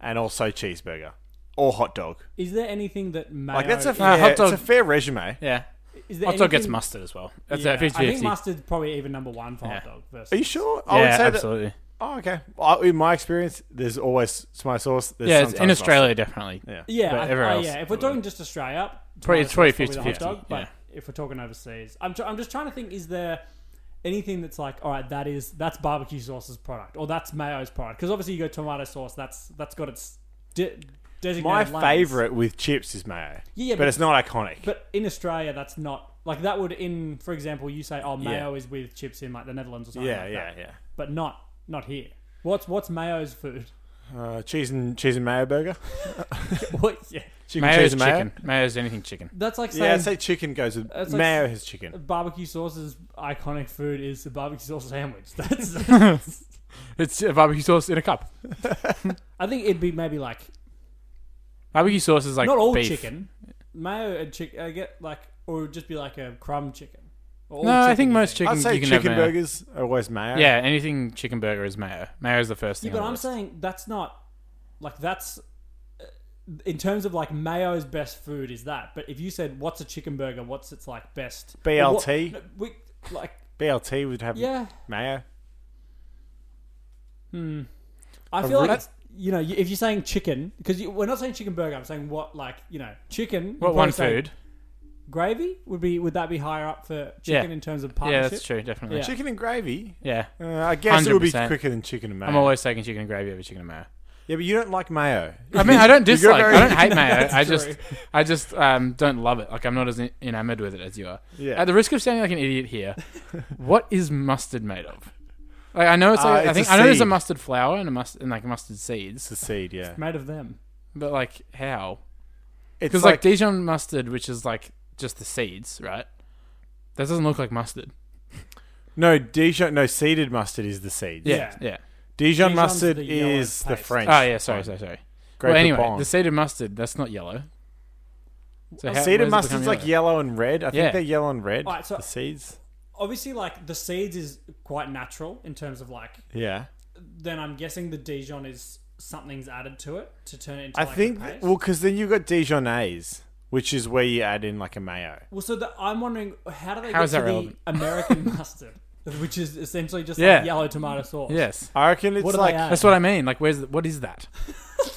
and also cheeseburger or hot dog. Is there anything that mayo? Like that's a Nah, fair, hot dog- it's a fair resume. Yeah. is there Hot dog gets anything- mustard as well. That's Yeah, a 50 I think mustard's probably even number one for hot Yeah. dog. Versus Are you sure? Yeah, I would say absolutely. that. Oh, okay. Well, in my experience, there's always tomato sauce. There's yeah, it's in sometimes Australia, definitely. mustard. Yeah. Yeah, But I- everywhere I- else- yeah. If we're talking just Australia, Probably- it's probably tomatoes is 50-50, the hot dog, but yeah. if we're talking overseas, I'm, tr- I'm just trying to think: is there anything that's like, all right, that is that's barbecue sauce's product, or that's mayo's product? Because obviously you go tomato sauce, that's that's got its de- designated. My lanes. favorite with chips is mayo. Yeah, but, but- it's not iconic. but in Australia, that's not like that would in, for example, you say, oh, mayo is with chips in like the Netherlands or something. yeah, like yeah, that, yeah. but not not here. What's what's mayo's food? Uh, cheese and cheese and mayo burger. What? Yeah. Chicken, Mayo cheese is and chicken. Mayo is anything chicken. That's like saying Yeah, I'd say chicken goes with That's like- mayo has chicken. barbecue sauce's iconic food is a barbecue sauce sandwich. That's. It's uh, barbecue sauce in a cup. I think it'd be maybe like, Barbecue sauce is like not all beef. chicken, mayo and chicken. I get like, or it would just be like a crumb chicken. Or all No, I chicken think is most mayo. chicken. I'd say you can chicken have mayo. burgers are always mayo. Yeah, anything chicken burger is mayo. Mayo is the first thing. Yeah, but on the I'm list. saying that's not like that's uh, in terms of like mayo's best food is that. But if you said what's a chicken burger, what's its like best BLT? What- no, we, like BLT would have yeah, mayo. A I Hmm. feel root- like it's, you know you- if you're saying chicken because we're not saying chicken burger. I'm saying what like you know chicken. what you'd one probably say food? Gravy would be would that be higher up for chicken in terms of Yeah, partnership? that's true. Definitely. Yeah. Chicken and gravy. Yeah. Uh, I guess it would be 100%. quicker than chicken and mayo. I'm always taking chicken and gravy over chicken and mayo. yeah, but you don't like mayo. I mean, I don't You got dislike. very- I don't hate mayo. I true. just, I just um, don't love it. Like I'm not as en- enamored with it as you are. Yeah. At the risk of sounding like an idiot here, what is mustard made of? Like I know it's. Uh, Like, I it's think a I know there's a seed. mustard flour and a mustard and like mustard seeds, It's a seed, yeah. Made of them. but like how? It's Because like, like, Dijon mustard, which is like just the seeds, right? That doesn't look like mustard. no Dijon, no seeded mustard is the seeds. Yeah. Yeah. Dijon Dijon's mustard the yellow is the paste. French. Oh yeah. Sorry. Sorry. Sorry. Grape well, anyway, Bourbon. the seeded mustard that's not yellow. So how- where's Cedar it mustard's become like yellow and red. I Yeah. think they're yellow and red. Alright, so- the seeds. Obviously, like the seeds is quite natural in terms of like Yeah. then I'm guessing the Dijon is something's added to it to turn it into. I like think a paste. well, because then you've got Dijonnaise, which is where you add in like a mayo. Well, so the, I'm wondering how do they How get is that to relevant? the American mustard, which is essentially just Yeah. like yellow tomato sauce. Yes. I reckon it's What do they like add? That's what I mean. Like, where's the, what is that?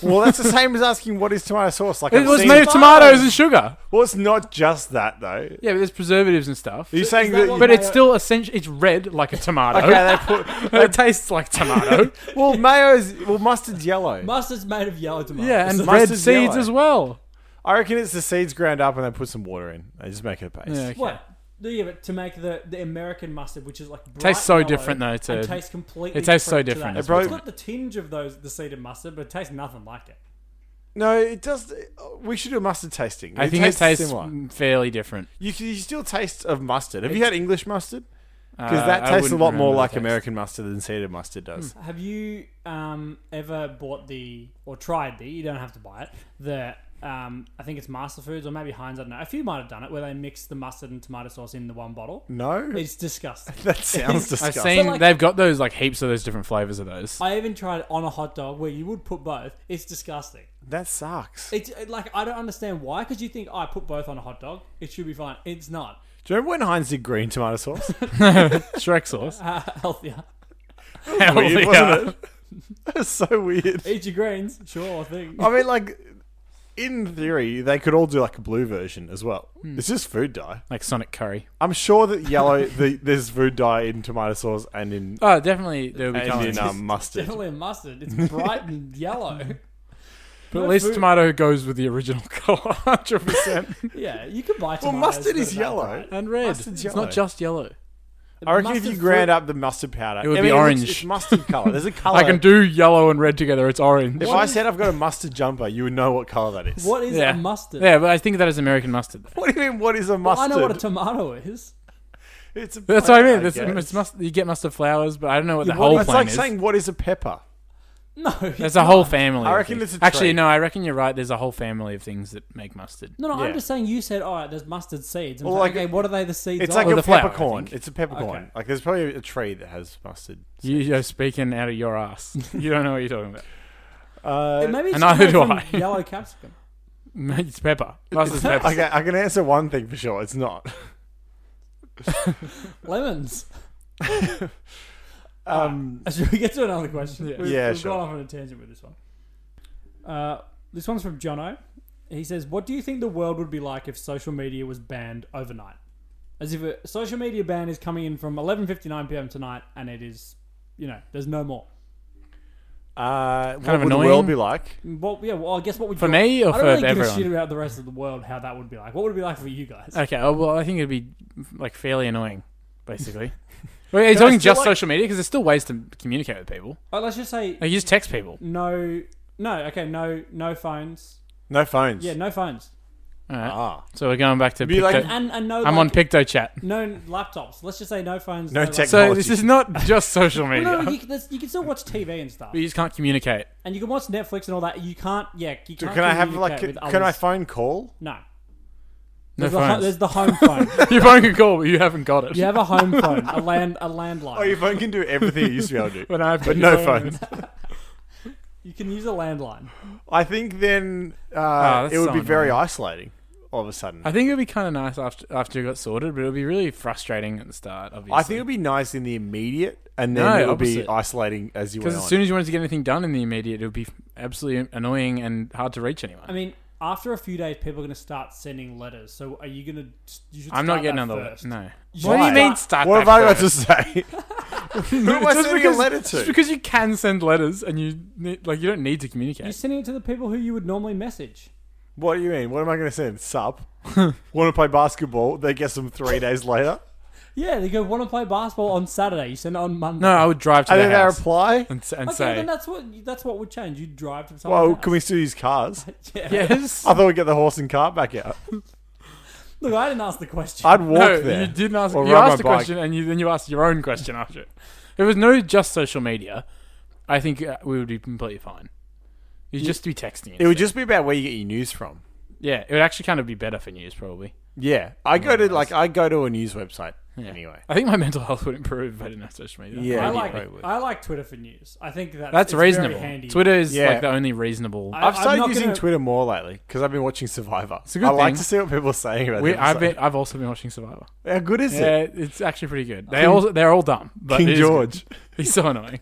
well, that's the same as asking what is tomato sauce. Like It I've was seen, made of Fine. tomatoes and sugar. well, it's not just that though. Yeah, but there's preservatives and stuff. Are you saying that that? what But it's Mayo- still essentially it's red like a tomato. okay, they put it tastes like tomato. well, mayo's well, mustard's yellow. Mustard's made of yellow tomato. yeah, and Mustard's red seeds yellow. as well. I reckon it's the seeds ground up and they put some water in. They just make it a paste. Yeah. what? No, yeah, but to make the, the American mustard, which is like bright Tastes so yellow different, though, to- and tastes completely. it tastes so to different, that. is what it's it- got the tinge of those the seeded mustard, but it tastes nothing like it. No, it does. We should do mustard tasting. I It think it tastes similar. fairly different. You, can- you still taste of mustard. Have you had English mustard? Because Uh, that I tastes a wouldn't lot more remember the like taste. American mustard than seeded mustard does. Have you um, ever bought the or tried the? You don't have to buy it. The um, I think it's Masterfoods or maybe Heinz. I don't know. A few might have done it where they mix the mustard and tomato sauce in the one bottle. No, It's disgusting. that sounds I've disgusting. seen So, like- they've got those like heaps of those different flavors of those. I even tried it on a hot dog where you would put both. It's disgusting. that sucks. It's it- like I don't understand why because you think oh, I put both on a hot dog. It should be fine. It's not Do you remember when Heinz did green tomato sauce? Shrek sauce. uh, healthier. Hell weird, yeah. wasn't it? That's so weird. Eat your greens, sure thing. I mean, like, in theory, they could all do like a blue version as well. Hmm. It's just food dye. Like Sonic curry. I'm sure that yellow, the, there's food dye in tomato sauce and in, Oh, definitely there will be and in colors. um, mustard. Definitely a mustard. It's bright and yellow. But No at least food- tomato goes with the original color, hundred percent. Yeah, you could buy. Well, Tomatoes, mustard but is they're not bright. yellow. And red. Mustard's it's yellow. not just yellow. I reckon if you Mustard's ground fruit- up the mustard powder, It would I be mean, looks- orange. It's, mustard color. There's a color. I can do yellow and red together. It's orange. If I said I've got a mustard jumper, you would know what color that is. What is yeah. a mustard? Yeah, but I think that is American mustard. though. What do you mean? What is a Well, I mustard? know what a tomato is. it's a That's what I mean. That's, guess. it's must, you get mustard flowers, but I don't know what the Yeah, whole it's plan like is. saying what is a pepper. No, there's a whole family. I of reckon things. it's a actually trait. no. I reckon you're right. There's a whole family of things that make mustard. No, no, I'm Yeah. just saying. You said, all right, there's mustard seeds. I'm Well, like, like- okay, what are they? The seeds. It's of? like Oh, a the flower, I peppercorn. think. It's a peppercorn. Okay. Like there's probably a tree that has mustard. You, you're speaking out of your ass. You don't know what you're talking about. Uh, maybe it's and neither just do from I. yellow capsicum. Mate, It's pepper. Mustard's pepper. okay, I can answer one thing for sure. It's not. Lemons. Um, Should we get to another question? Yeah. we've, Yeah, we've sure. gone off on a tangent with this one. Uh, this one's from Jono. He says, "What do you think the world would be like if social media was banned overnight? As if a social media ban is coming in from 11:59 p.m. tonight, and it is, you know, there's no more. uh, what of would annoying. the world be like? Well, yeah. Well, I guess what would For your- me or for I don't really everyone? Uh, give a shit about the rest of the world how that would be like. What would it be like for you guys? Okay. Oh, well, I think it'd be like fairly annoying. basically. Well, are you But I talking still just like- social media? Because there's still ways to communicate with people. Oh, let's just say Like, you just text people. no, no. Okay, no, no phones. No phones. Yeah, no phones. All right. Ah. So we're going back to. Be like- Picto- And and no. I'm on like, Picto Chat. no laptops. Let's just say no phones. No laptops. tech- So Technology. this is not just social Well, media. no, you, can- there's- you can still watch TV and stuff, but you just can't communicate. and you can watch Netflix and all that. You can't. Yeah, you So can't. can I have like? communicate Can, with I others. phone call? No. No There's, the, ho- phones. there's the home phone. Your phone can call, but you haven't got it. You have a home phone, a land, a landline. Oh, your phone can do everything it used to be able to do, When I have but your no phone. phones. You can use a landline. I think then uh, Ah, that's it would so be very isolating. All of a sudden, I think it would be kind of nice after after it got sorted, but it would be really frustrating at the start. Obviously, I think it would be nice in the immediate, and then No, it would be opposite. isolating as you went because on. as soon as you wanted to get anything done in the immediate, it would be absolutely annoying and hard to reach anyone. I mean, after a few days, people are going to start sending letters. So are you going to? You should. I'm not start getting that another first. No. should What do you start- mean start? what have that I got to first? say? Who am I Just sending because- a letter Just to? because you can send letters and you need, like you don't need to communicate. You're sending it to the people who you would normally message. What do you mean? What am I going to send? Sup? Want to play basketball? They get some three days later, Yeah, they go want to play basketball on Saturday. You send it on Monday. no, I would drive to and their then they house reply. and, s- and okay, say then that's what that's what would change. You drive to someone. Well, can we still use cars? Yeah. yes. I thought we'd get the horse and cart back out. Look, I didn't ask the question. I'd walk no, there. you didn't ask. Or You ride my asked the bike. question, and you, then you asked your own question after it. If it was no just social media, I think uh, we would be completely fine. You'd just be texting. It would instead. just be about where you get your news from. yeah, it would actually kind of be better for news, probably. Yeah, I go to like I go to a news website Yeah. anyway. I think my mental health would improve if I didn't have social media. Yeah. I you like probably would. I like Twitter for news. I think that's that's it's very handy. reasonable. Twitter is Yeah. like the only reasonable. I- I've I'm started not using gonna- Twitter more lately because I've been watching Survivor. a good I like thing. to see what people are saying about we, it. I've been, I've also been watching Survivor. How good is it? Yeah, it's actually pretty good. They all they're all dumb. But King it is good. George. he's so annoying.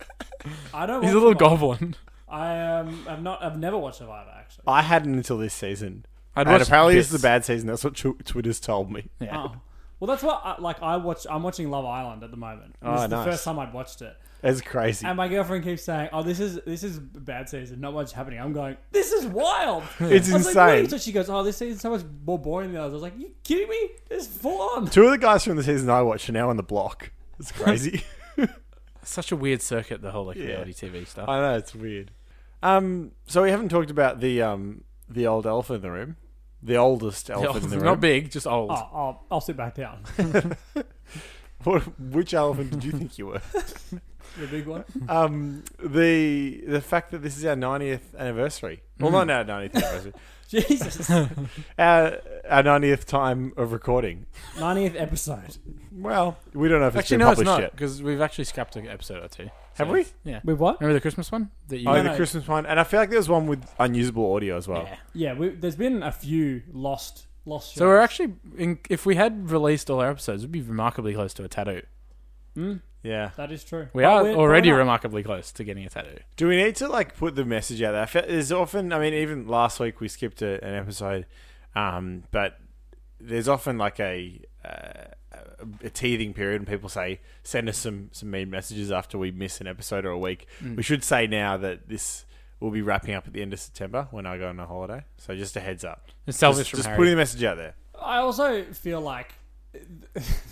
I don't. He's a watch little Survivor. goblin. I um, I've not. I've never watched Survivor actually. I hadn't until this season. I'd and watch apparently it's the bits. bad season. That's what Tw- Twitter's told me. Yeah. Oh. Well, that's what I, like I watch. I'm watching Love Island at the moment. And this Oh, is nice. the first time I'd watched it, It's crazy. Um, and my girlfriend keeps saying, "Oh, this is this is a bad season. Not much happening." I'm going, "This is wild. It's I was Like, what insane. is this?" she goes, "Oh, this season's so much more boring than the others." I was like, "You kidding me? It's full on." Two of the guys from the season I watched are now on the block. It's crazy. Such a weird circuit, the whole like Yeah. reality TV stuff. I know it's weird. Um, so we haven't talked about the um the old elephant in the room, the oldest elephant in the room. not big, just old. Oh, I'll, I'll sit back down. What, which elephant did you think you were? The big one. Um, the the fact that this is our 90th anniversary. Well, Mm. not our 90th anniversary. Jesus. our, our 90th time of recording. 90th episode. Well, we don't know if it's Actually, been no, it's published not yet. because we've actually scrapped an episode or two. Have So, we? Yeah. With what? Remember the Christmas one that you? Oh, No, the no. Christmas one, and I feel like there's one with unusable audio as well. yeah. Yeah, we, there's been a few lost lost. So we're actually, in, if we had released all our episodes, we'd be remarkably close to a tattoo. Yeah. Hmm, that is true. We But are Oh, we're- already we're not- remarkably close to getting a tattoo. Do we need to like put the message out there? I feel- There's often, I mean, even last week we skipped a, an episode, um, but there's often like a, uh, a teething period, and people say send us some some mean messages after we miss an episode or a week. Mm. We should say now that this will be wrapping up at the end of September when I go on a holiday. So just a heads up. It's selfish Just, from just Harry. putting the message out there. I also feel like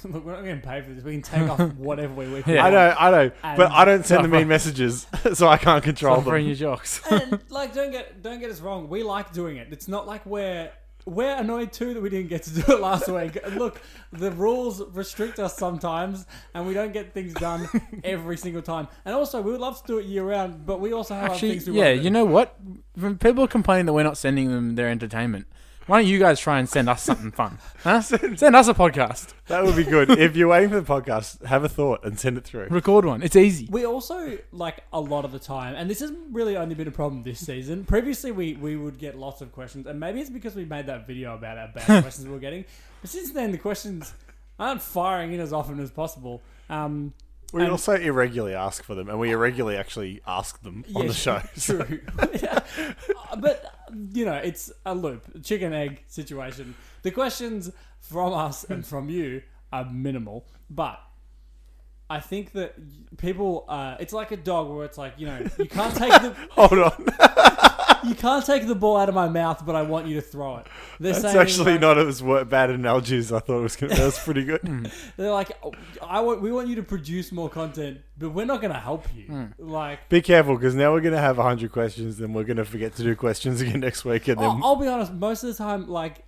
look, we're not getting paid for this. We can take off whatever we we Yeah. I know, I know, but And- I don't send the Sorry. mean messages, so I can't control Stop them. throwing your jocks. And like, don't get don't get us wrong. We like doing it. It's not like we're we're annoyed too that we didn't get to do it last week. And Look, the rules restrict us sometimes, and we don't get things done every single time. And also, we would love to do it year round, but we also have Actually, other things we yeah, want to do. you know what? When people complain that we're not sending them their entertainment, why don't you guys try and send us something fun? Huh? send us a podcast. That would be good. if you're waiting for the podcast, have a thought and send it through. Record one. It's easy. We also like a lot of the time, and this has really only been a problem this season. Previously, we we would get lots of questions, and maybe it's because we made that video about our bad questions we were getting. But since then, the questions aren't firing in as often as possible. Um, We And- also irregularly ask for them, and we irregularly actually ask them on the yes, show. So- true. Yeah. Uh, But you know, it's a loop, chicken egg situation. The questions from us and from you are minimal, but I think that people, uh, it's like a dog where it's like you know you can't take the Hold on. you can't take the ball out of my mouth, but I want you to throw it. They're That's saying, actually like- not as wo- bad an analogy as I thought it was going to That was pretty good. They're like, "Oh, I want, we want you to produce more content, but we're not going to help you. Like, Be careful, because now we're going to have 100 questions, then we're going to forget to do questions again next week. And then I'll, I'll be honest, most of the time, like,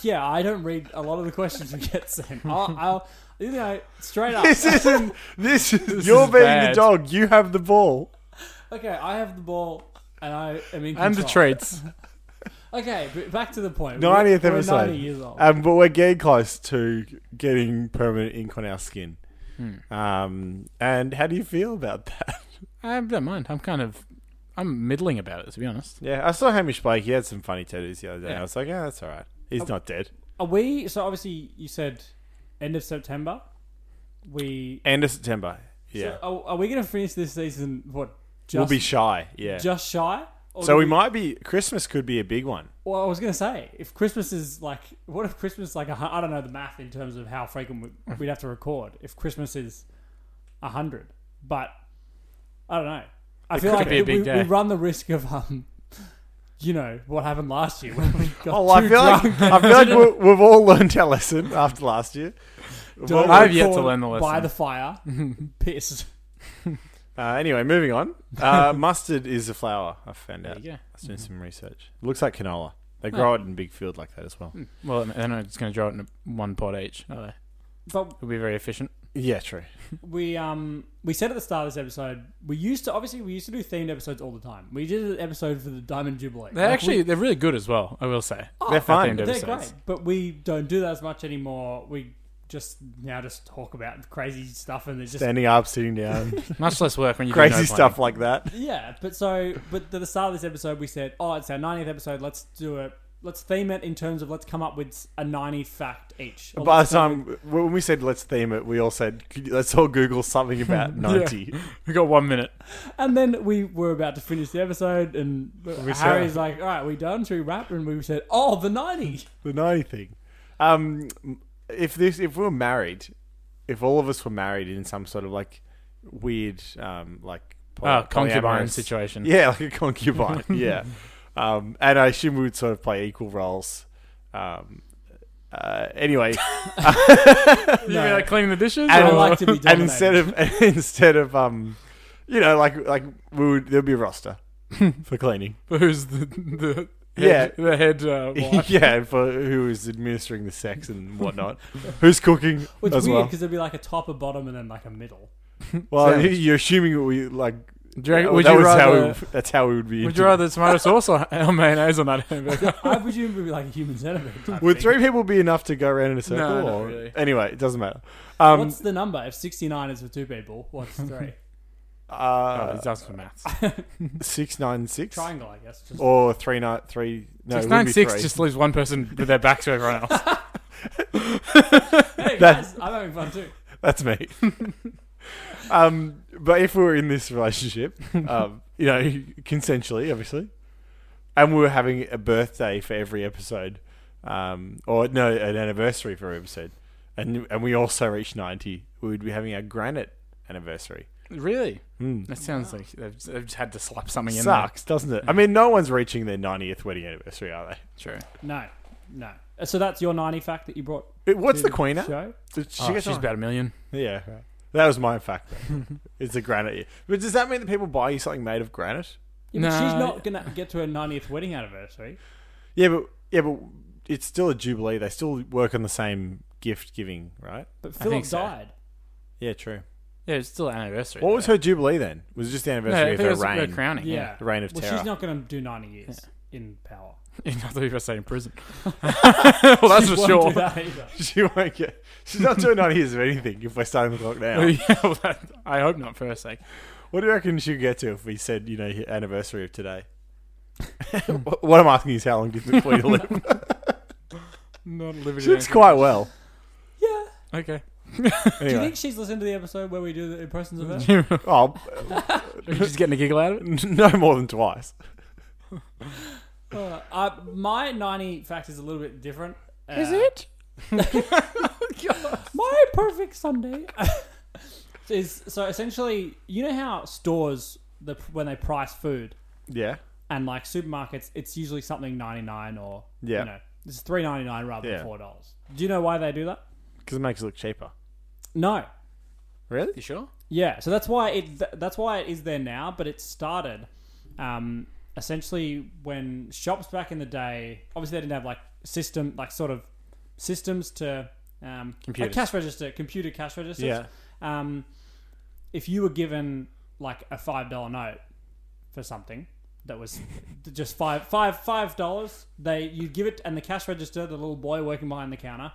yeah, I don't read a lot of the questions we get sent. I'll, I'll you know, straight up. this isn't. oh. This is. you're is being the bad. dog. You have the ball. Okay, I have the ball, and I am in and the control. treats. Okay, but back to the point. We're- 90th we're episode. 90 years old. Um, but we're getting close to getting permanent ink on our skin. Hmm. Um, and how do you feel about that? I don't mind. I'm kind of, I'm middling about it to be honest. Yeah, I saw Hamish Blake. He had some funny tattoos the other day. Yeah. I was like, yeah, that's all right. He's Oh. not dead. Are we? So obviously, you said end of September. We End of September. Yeah, so are, are we going to finish this season? What? Just, we'll be shy. Yeah. just shy. Or so do we might be. Christmas could be a big one. Well, I was going to say, if Christmas is like, what if Christmas like a hun- I don't know the math in terms of how frequent we- we'd have to record if Christmas is a hundred, but I don't know. I feel could like be a we, big we day. run the risk of um, you know what happened last year when we got Oh, I too feel like drunk I feel like we're- we've all learned our lesson after last year. during I've yet to record learn the by lesson. the fire, pissed. Uh, anyway, moving on. Uh, mustard is a flower. I found out. you go. I was doing some research. looks like canola. They grow it in big field like that as Hmm. well. Well, they're not just going to draw it in one pot each. Are they? But It'll be very efficient. Yeah, true. we um we said at the start of this episode we used to obviously we used to do themed episodes all the time. We did an episode for the Diamond Jubilee. They Like, we- actually, they're really good as well. I will say. Oh, They're fine. think They're episodes. great, but we don't do that as much anymore. We just now just talk about crazy stuff and it's just Standing up, sitting down, Much less work when you do no crazy planning. stuff like that. yeah. But so, but at the start of this episode, we said, "Oh, it's our 90th episode. Let's do it. Let's theme it in terms of let's come up with a 90 fact each." Or By let's the come time when we said let's theme it, we all said let's all Google something about ninety. We got one minute. up- and then we were about to finish the episode, and said- Harry's like, "All right, we done? Should we wrap?" And we said, "Oh, the 90." the ninety thing. Um, if this, if we were married, if all of us were married in some sort of like weird, um, like poly- Ah, Oh, concubine polyamorous- situation. Yeah, like a concubine. yeah. Um, and I assume we would sort of play equal roles. Um, uh, anyway, You mean like cleaning the dishes? I or- like to be dominated. and instead of instead of um, you know, like like we would there'd be a roster for cleaning. who's the the Yeah. head, the head uh, wife? yeah, for who is administering the sex and whatnot, who's cooking Which as is weird well. because there'd be like a top, a bottom, and then like a middle. Well, Sandwich. you're assuming we like. Do you reckon- that would that you was rather? how we, that's how we would be. would you rather tomato sauce or, or Oh, mayonnaise on that hamburger? I presume it'd be like a human centipede. type Would thing. three people be enough to go around in a circle? No, not or- really. Anyway, it doesn't matter. Um, What's the number? If 69 is for two people, what's three? oh, uh, he's asking for maths. six nine six Triangle, I guess. Just, or three nine three. No, Six it would nine be six three. just leaves one person with their back to everyone else. hey, that- guys, I'm having fun too. That's me. um, but if we were in this relationship, um, you know, consensually, obviously, and we were having a birthday for every episode, um, or no, an anniversary for every episode, and and we also reached ninety, we would be having our granite anniversary. Really? That sounds like they've, they've just had to slap something Hmm. in there. Sucks, doesn't it? I mean, no one's reaching their ninetieth wedding anniversary, are they? True. No, no. Uh, So that's your 90 fact that you brought. It- What's to the queen at? Show? Did She Oh, gets she's on? about a million. Yeah, right. that was my fact. though. it's a granite. But does that mean that people buy you something made of granite? Yeah, but She's No. not going to get to her 90th wedding anniversary. Yeah, but yeah, but it's still a jubilee. They still work on the same gift giving, right? But Philip think so. died. Yeah, true. Yeah, it's still an anniversary. What was her jubilee then? Was it just the no, I anniversary think of her it was her reign? crowning. Yeah. the reign of well, terror. she's not going to do 90 years in power. I thought you were saying prison. well, that's for She won't sure. do that either. She won't get. She's not doing nine years of anything if we're starting the clock now. yeah, well, that, I hope not for a sec. What do you reckon she'd get to if we said, you know, anniversary of today? what what I'm asking is how long do you think we live? Not living. she lives quite well. Yeah. Okay. Do you Anyway, think she's listened to the episode where we do the impressions of her? oh, She's getting a giggle out of it. no more than twice. Uh, uh, my 90 fact is a little bit different. Uh, My perfect Sunday is so essentially. You know how stores the when they price food, Yeah, and like supermarkets, it's usually something ninety nine or Yeah. you know it's three ninety nine rather Yeah. than four dollars. Do you know why they do that? because it makes it look cheaper. No. Really? You sure? Yeah, so that's why it th- that's why it is there now, but it started um, essentially when shops back in the day obviously they didn't have like system like sort of systems to um, Computers. like cash register computer cash registers. Yeah. Um, if you were given like a five dollar note for something that was just five five five dollars, they you give it and the cash register, the little boy working behind the counter,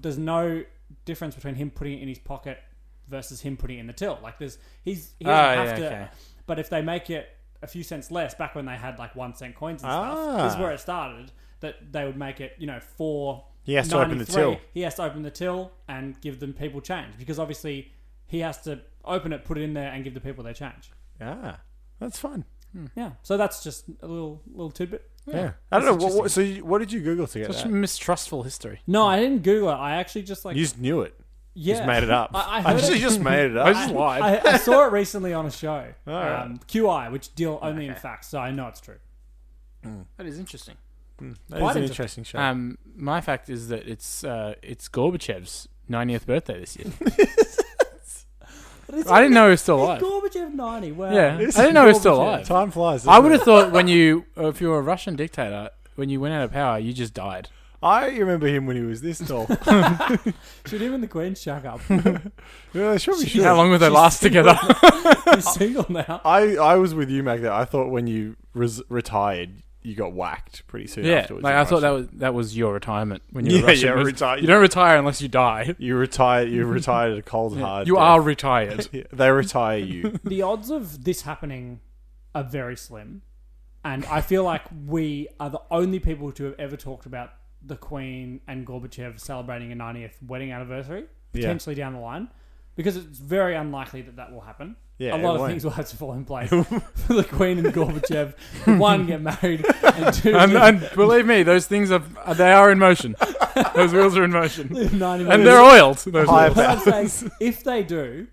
there's no difference between him putting it in his pocket versus him putting it in the till. Like there's he's he doesn't Oh, have yeah, to. okay. But if they make it a few cents less, back when they had like one cent coins and Ah. stuff, this is where it started. That they would make it, you know, four He has to open the 93, till. He has to open the till and give them people change because obviously he has to open it, put it in there, and give the people their change. Ah, that's fun. Yeah. So that's just a little little tidbit. Yeah. I don't That's know. What, what, so, you, what did you Google to get Such that? mistrustful history. No, I didn't Google it. I actually just like You just knew it. yeah. Just made it up. I, I heard actually it- just made it up. I just lied. I, I saw it recently on a show, right. um, QI, which deal only in facts, so I know it's true. That is interesting. That is Quite an interesting. interesting show. Um, my fact is that it's uh, it's Gorbachev's 90th birthday this year. I didn't know he was still alive. Gorbachev ninety. Wow. Yeah, I didn't know he was still Gorbachev. alive. Time flies. doesn't I would have it? thought when you, uh, if you were a Russian dictator, when you went out of power, you just died. I remember him when he was this tall. Should even the Queen shut up? yeah, they should be sure. How long would they last together? He's single now. I, I was with you, Mac. There, I thought when you res- retired, you got whacked pretty soon. yeah, afterwards like in I thought Russia. that was that was your retirement when you were Yeah, Russian. yeah, was- retire- You don't retire unless you die. you retired. You retired at a cold hard. you death. are retired. Yeah, they retire you. the odds of this happening are very slim. And I feel like we are the only people to have ever talked about the Queen and Gorbachev celebrating a 90th wedding anniversary, potentially down the line, because it's very unlikely that that will happen. Yeah, a it lot of won't. things will have to fall in place for the Queen and Gorbachev. One, get married, and two, and, live and believe me, those things are they are in motion. Those wheels are in motion, 90 and minutes. they're oiled. Those High wheels. But I'm saying, if they do,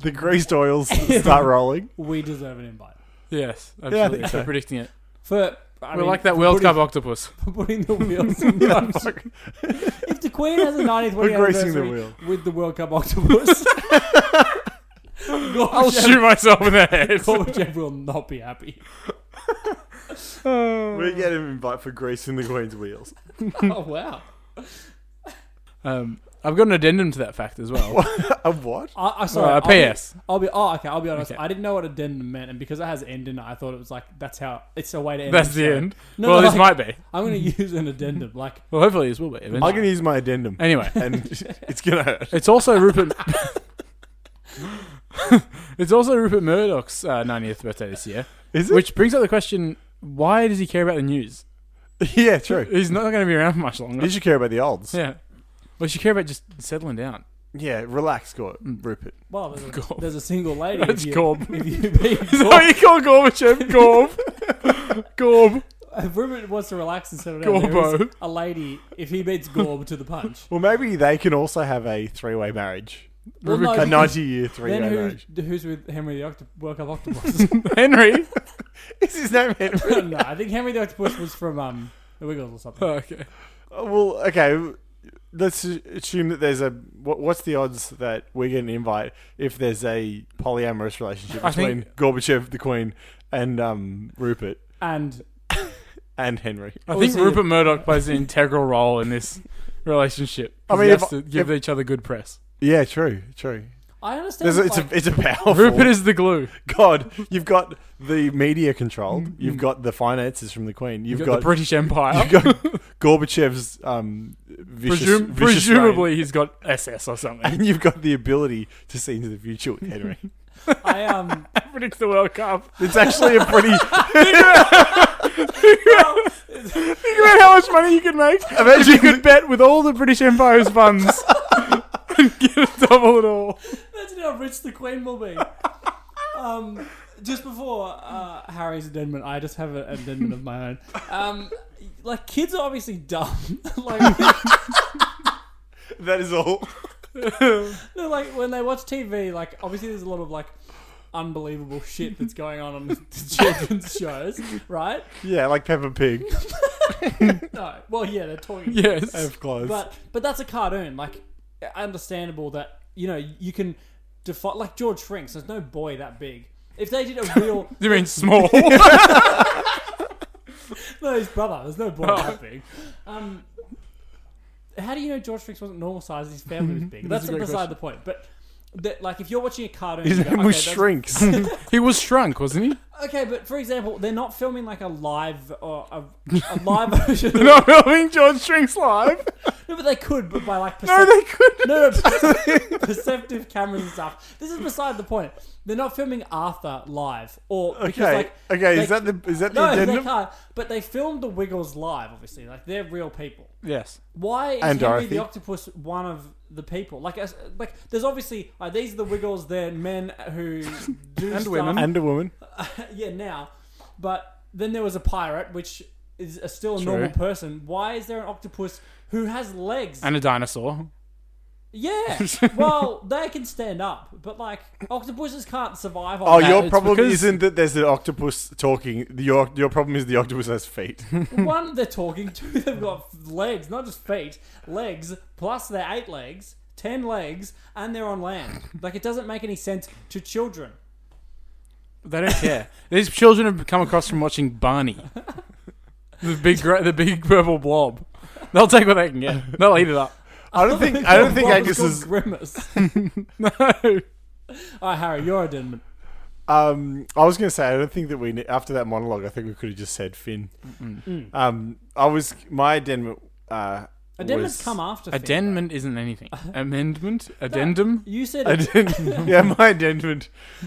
The greased oils start rolling. we deserve an invite. Yes, I absolutely. think For predicting it, For I we're mean, like that for World putting- Cup octopus. for putting the wheels in motion. If the Queen has a 90th wedding We're gracing the anniversary wheel. with the World Cup octopus, I'll Oh, shoot myself in the head. Gorbachev will not be happy. Oh. We get an invite for greasing the queen's wheels. Oh wow! Um, I've got an addendum to that fact as well. A what? I, I Uh, sorry. PS. I'll be, I'll be. Oh, okay. I'll be honest. Okay. I didn't know what addendum meant, and because it has end in it, I thought it was like that's how it's a way to end. That's the show. end. No, well, no, this like- might be. I'm going to use an addendum. Like Well, hopefully this will be. Eventually. I'm gonna use my addendum, Anyway, and it's gonna hurt. it's also Rupert. it's also Rupert Murdoch's uh, 90th birthday this year, Is it? which brings up the question: Why does he care about the news? yeah, true. He's not going to be around for much You longer. should care about the odds. Yeah. Well, she care about just settling down. Yeah, relax, Gort, Rupert. well, there's a, Gorb. there's a single lady. That's if you, Gorb. If you be Is Oh, that what you call Gorbachev? Gorb. Gorb. if Rupert wants to relax and settle down, there is Gorbo. a lady. If he beats Gorb to the punch, Well, maybe they can also have a three-way marriage, Well, no, a because ninety-year three-way Then marriage. who, who's with Henry the Octop- World Cup Octopus? Henry. Is his name Henry? no, I think Henry the Octopus was from um, The Wiggles or something. Oh, okay. Uh, well, okay. Let's assume that there's a. What, what's the odds that we get an invite if there's a polyamorous relationship I between Gorbachev, the Queen, and um, Rupert And and Henry? I Or think is he- Rupert Murdoch plays an integral role in this relationship. I I mean, mean, has if- to give each other good press. Yeah, true, true. I understand. There's a, it's a like, it's a powerful. Rupert is the glue. God. You've got the media controlled. You've got the finances from the Queen. You've You've got, got, the British Empire. you've got Gorbachev's um, vicious, Presum- vicious reign. presumably, he's got SS or something. and you've got the ability to see into the future with Henry. I um. Predicts the World Cup. It's actually a pretty. Think about how much money you could make. if Imagine you could bet with all the British Empire's funds and get a double at all. Imagine how rich the Queen will be. Um, just before uh, Harry's addendum, I just have an addendum of my own. Um, like kids are obviously dumb. like, that is all. no, like when they watch TV, like obviously there's a lot of like unbelievable shit that's going on on the children's shows, right? Yeah, like Peppa Pig. No, well, yeah, they're talking. Yes. of course. But but that's a cartoon. Like, understandable that you know you can define like George Frinks. There's no boy that big. If they did a real you mean small? no, his brother. There's no boy Oh. that big. Um, how do you know George Frinks wasn't normal sized? His family was big. That's That's, a great beside question. the point. But that, like, if you're watching a cartoon, His you go, name was "Okay, that's- Shrinks. he was shrunk, wasn't he? Okay, but for example, they're not filming like a live or a, a live version. of- They're not filming George Shrink's live. No, but they could, but by like No, perception. they couldn't. No, no, perceptive cameras and stuff. This is beside the point. They're not filming Arthur live, or because okay, like okay. they- is that the is that the no, they addendum? can't. But they filmed the Wiggles live, obviously. Like they're real people. Yes. Why is And Henry Dorothy. the Octopus one of the people? Like, as- like there's obviously uh, these are the Wiggles. They're men who do And stuff. women. And a woman. yeah, now, but then there was a pirate, which is a, still a True. normal person. Why is there an octopus who has legs? And a dinosaur. Yeah. well, they can stand up, but like octopuses can't survive on Oh, that. your it's problem because- isn't that there's an octopus talking. Your your problem is the octopus has feet. One, they're talking. Two, they've got legs, not just feet, legs. Plus, they're eight legs, ten legs, and they're on land. Like it doesn't make any sense to children. They don't care. These children have come across from watching Barney, the big, gra- the big purple blob. They'll take what they can get. They'll eat it up. I don't think I don't think Well, Angus it's is called grimace. No, All right, Harry, you're a Denman. Um, I was going to say, I don't think that we ne- after that monologue, I think we could have just said Finn. Um, I was my addendum. Uh, Mm. A Denman's was- come after. Finn, addendment isn't anything. Amendment, addendum. right? You said Addendum. yeah, my addendum.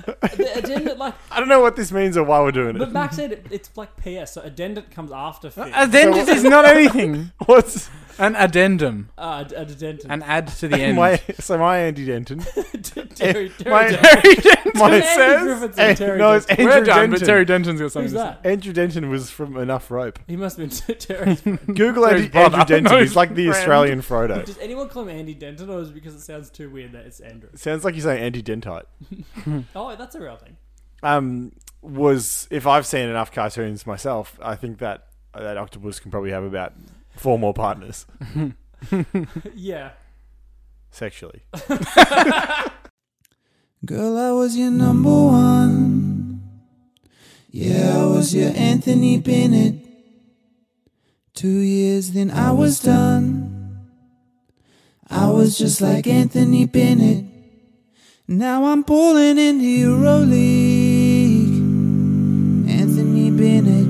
the addendum, like, I don't know what this means or why we're doing but it. Max said it, it's like PS. So addendum comes after Finn. Uh, Addendum is not anything. What's An addendum, ad- addendum. an add to the end. my so my Andy Denton? Terry, Terry my Denton. Terry Denton Andy says Griffiths and Eh, Terry no, it's Denton. Andrew We're done, Denton. but Terry Denton's got something. Who's to say. that? Andrew Denton was from Enough Rope. He must have been Terry's friend. Google Andy, brother. Andrew Denton. No, He's like the friend. Australian Frodo. Does anyone call him Andy Denton, or is it because it sounds too weird that it's Andrew? Sounds like you're saying Andy Dentite. Oh, that's a real thing. um, was if I've seen enough cartoons myself, I think that that octopus can probably have about four more partners Yeah. sexually. Girl, I was your number one. Yeah, I was your Anthony Bennett. Two years, then I was done. I was just like Anthony Bennett. Now I'm balling in the EuroLeague. Anthony Bennett.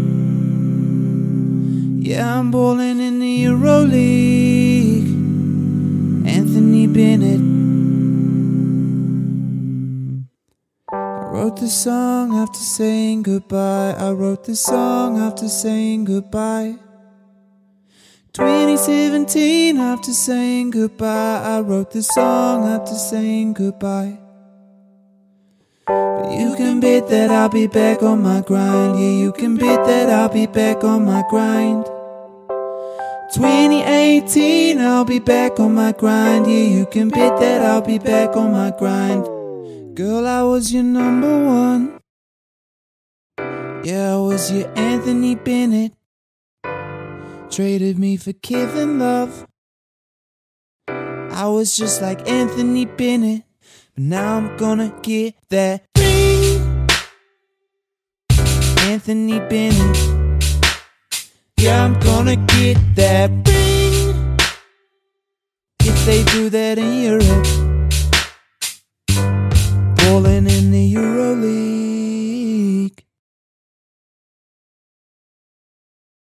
Yeah, I'm balling in the EuroLeague. Anthony Bennett. I wrote this song after saying goodbye. I wrote this song after saying goodbye. 2017 after saying goodbye. I wrote this song after saying goodbye. But you can bet that I'll be back on my grind. Yeah, you can bet that I'll be back on my grind. 2018, I'll be back on my grind. Yeah, you can bet that I'll be back on my grind. Girl, I was your number one. Yeah, I was your Anthony Bennett. Traded me for Kevin Love. I was just like Anthony Bennett. But now I'm gonna get that ring. Anthony Bennett. Yeah, I'm gonna get that ring. If they do that in Europe.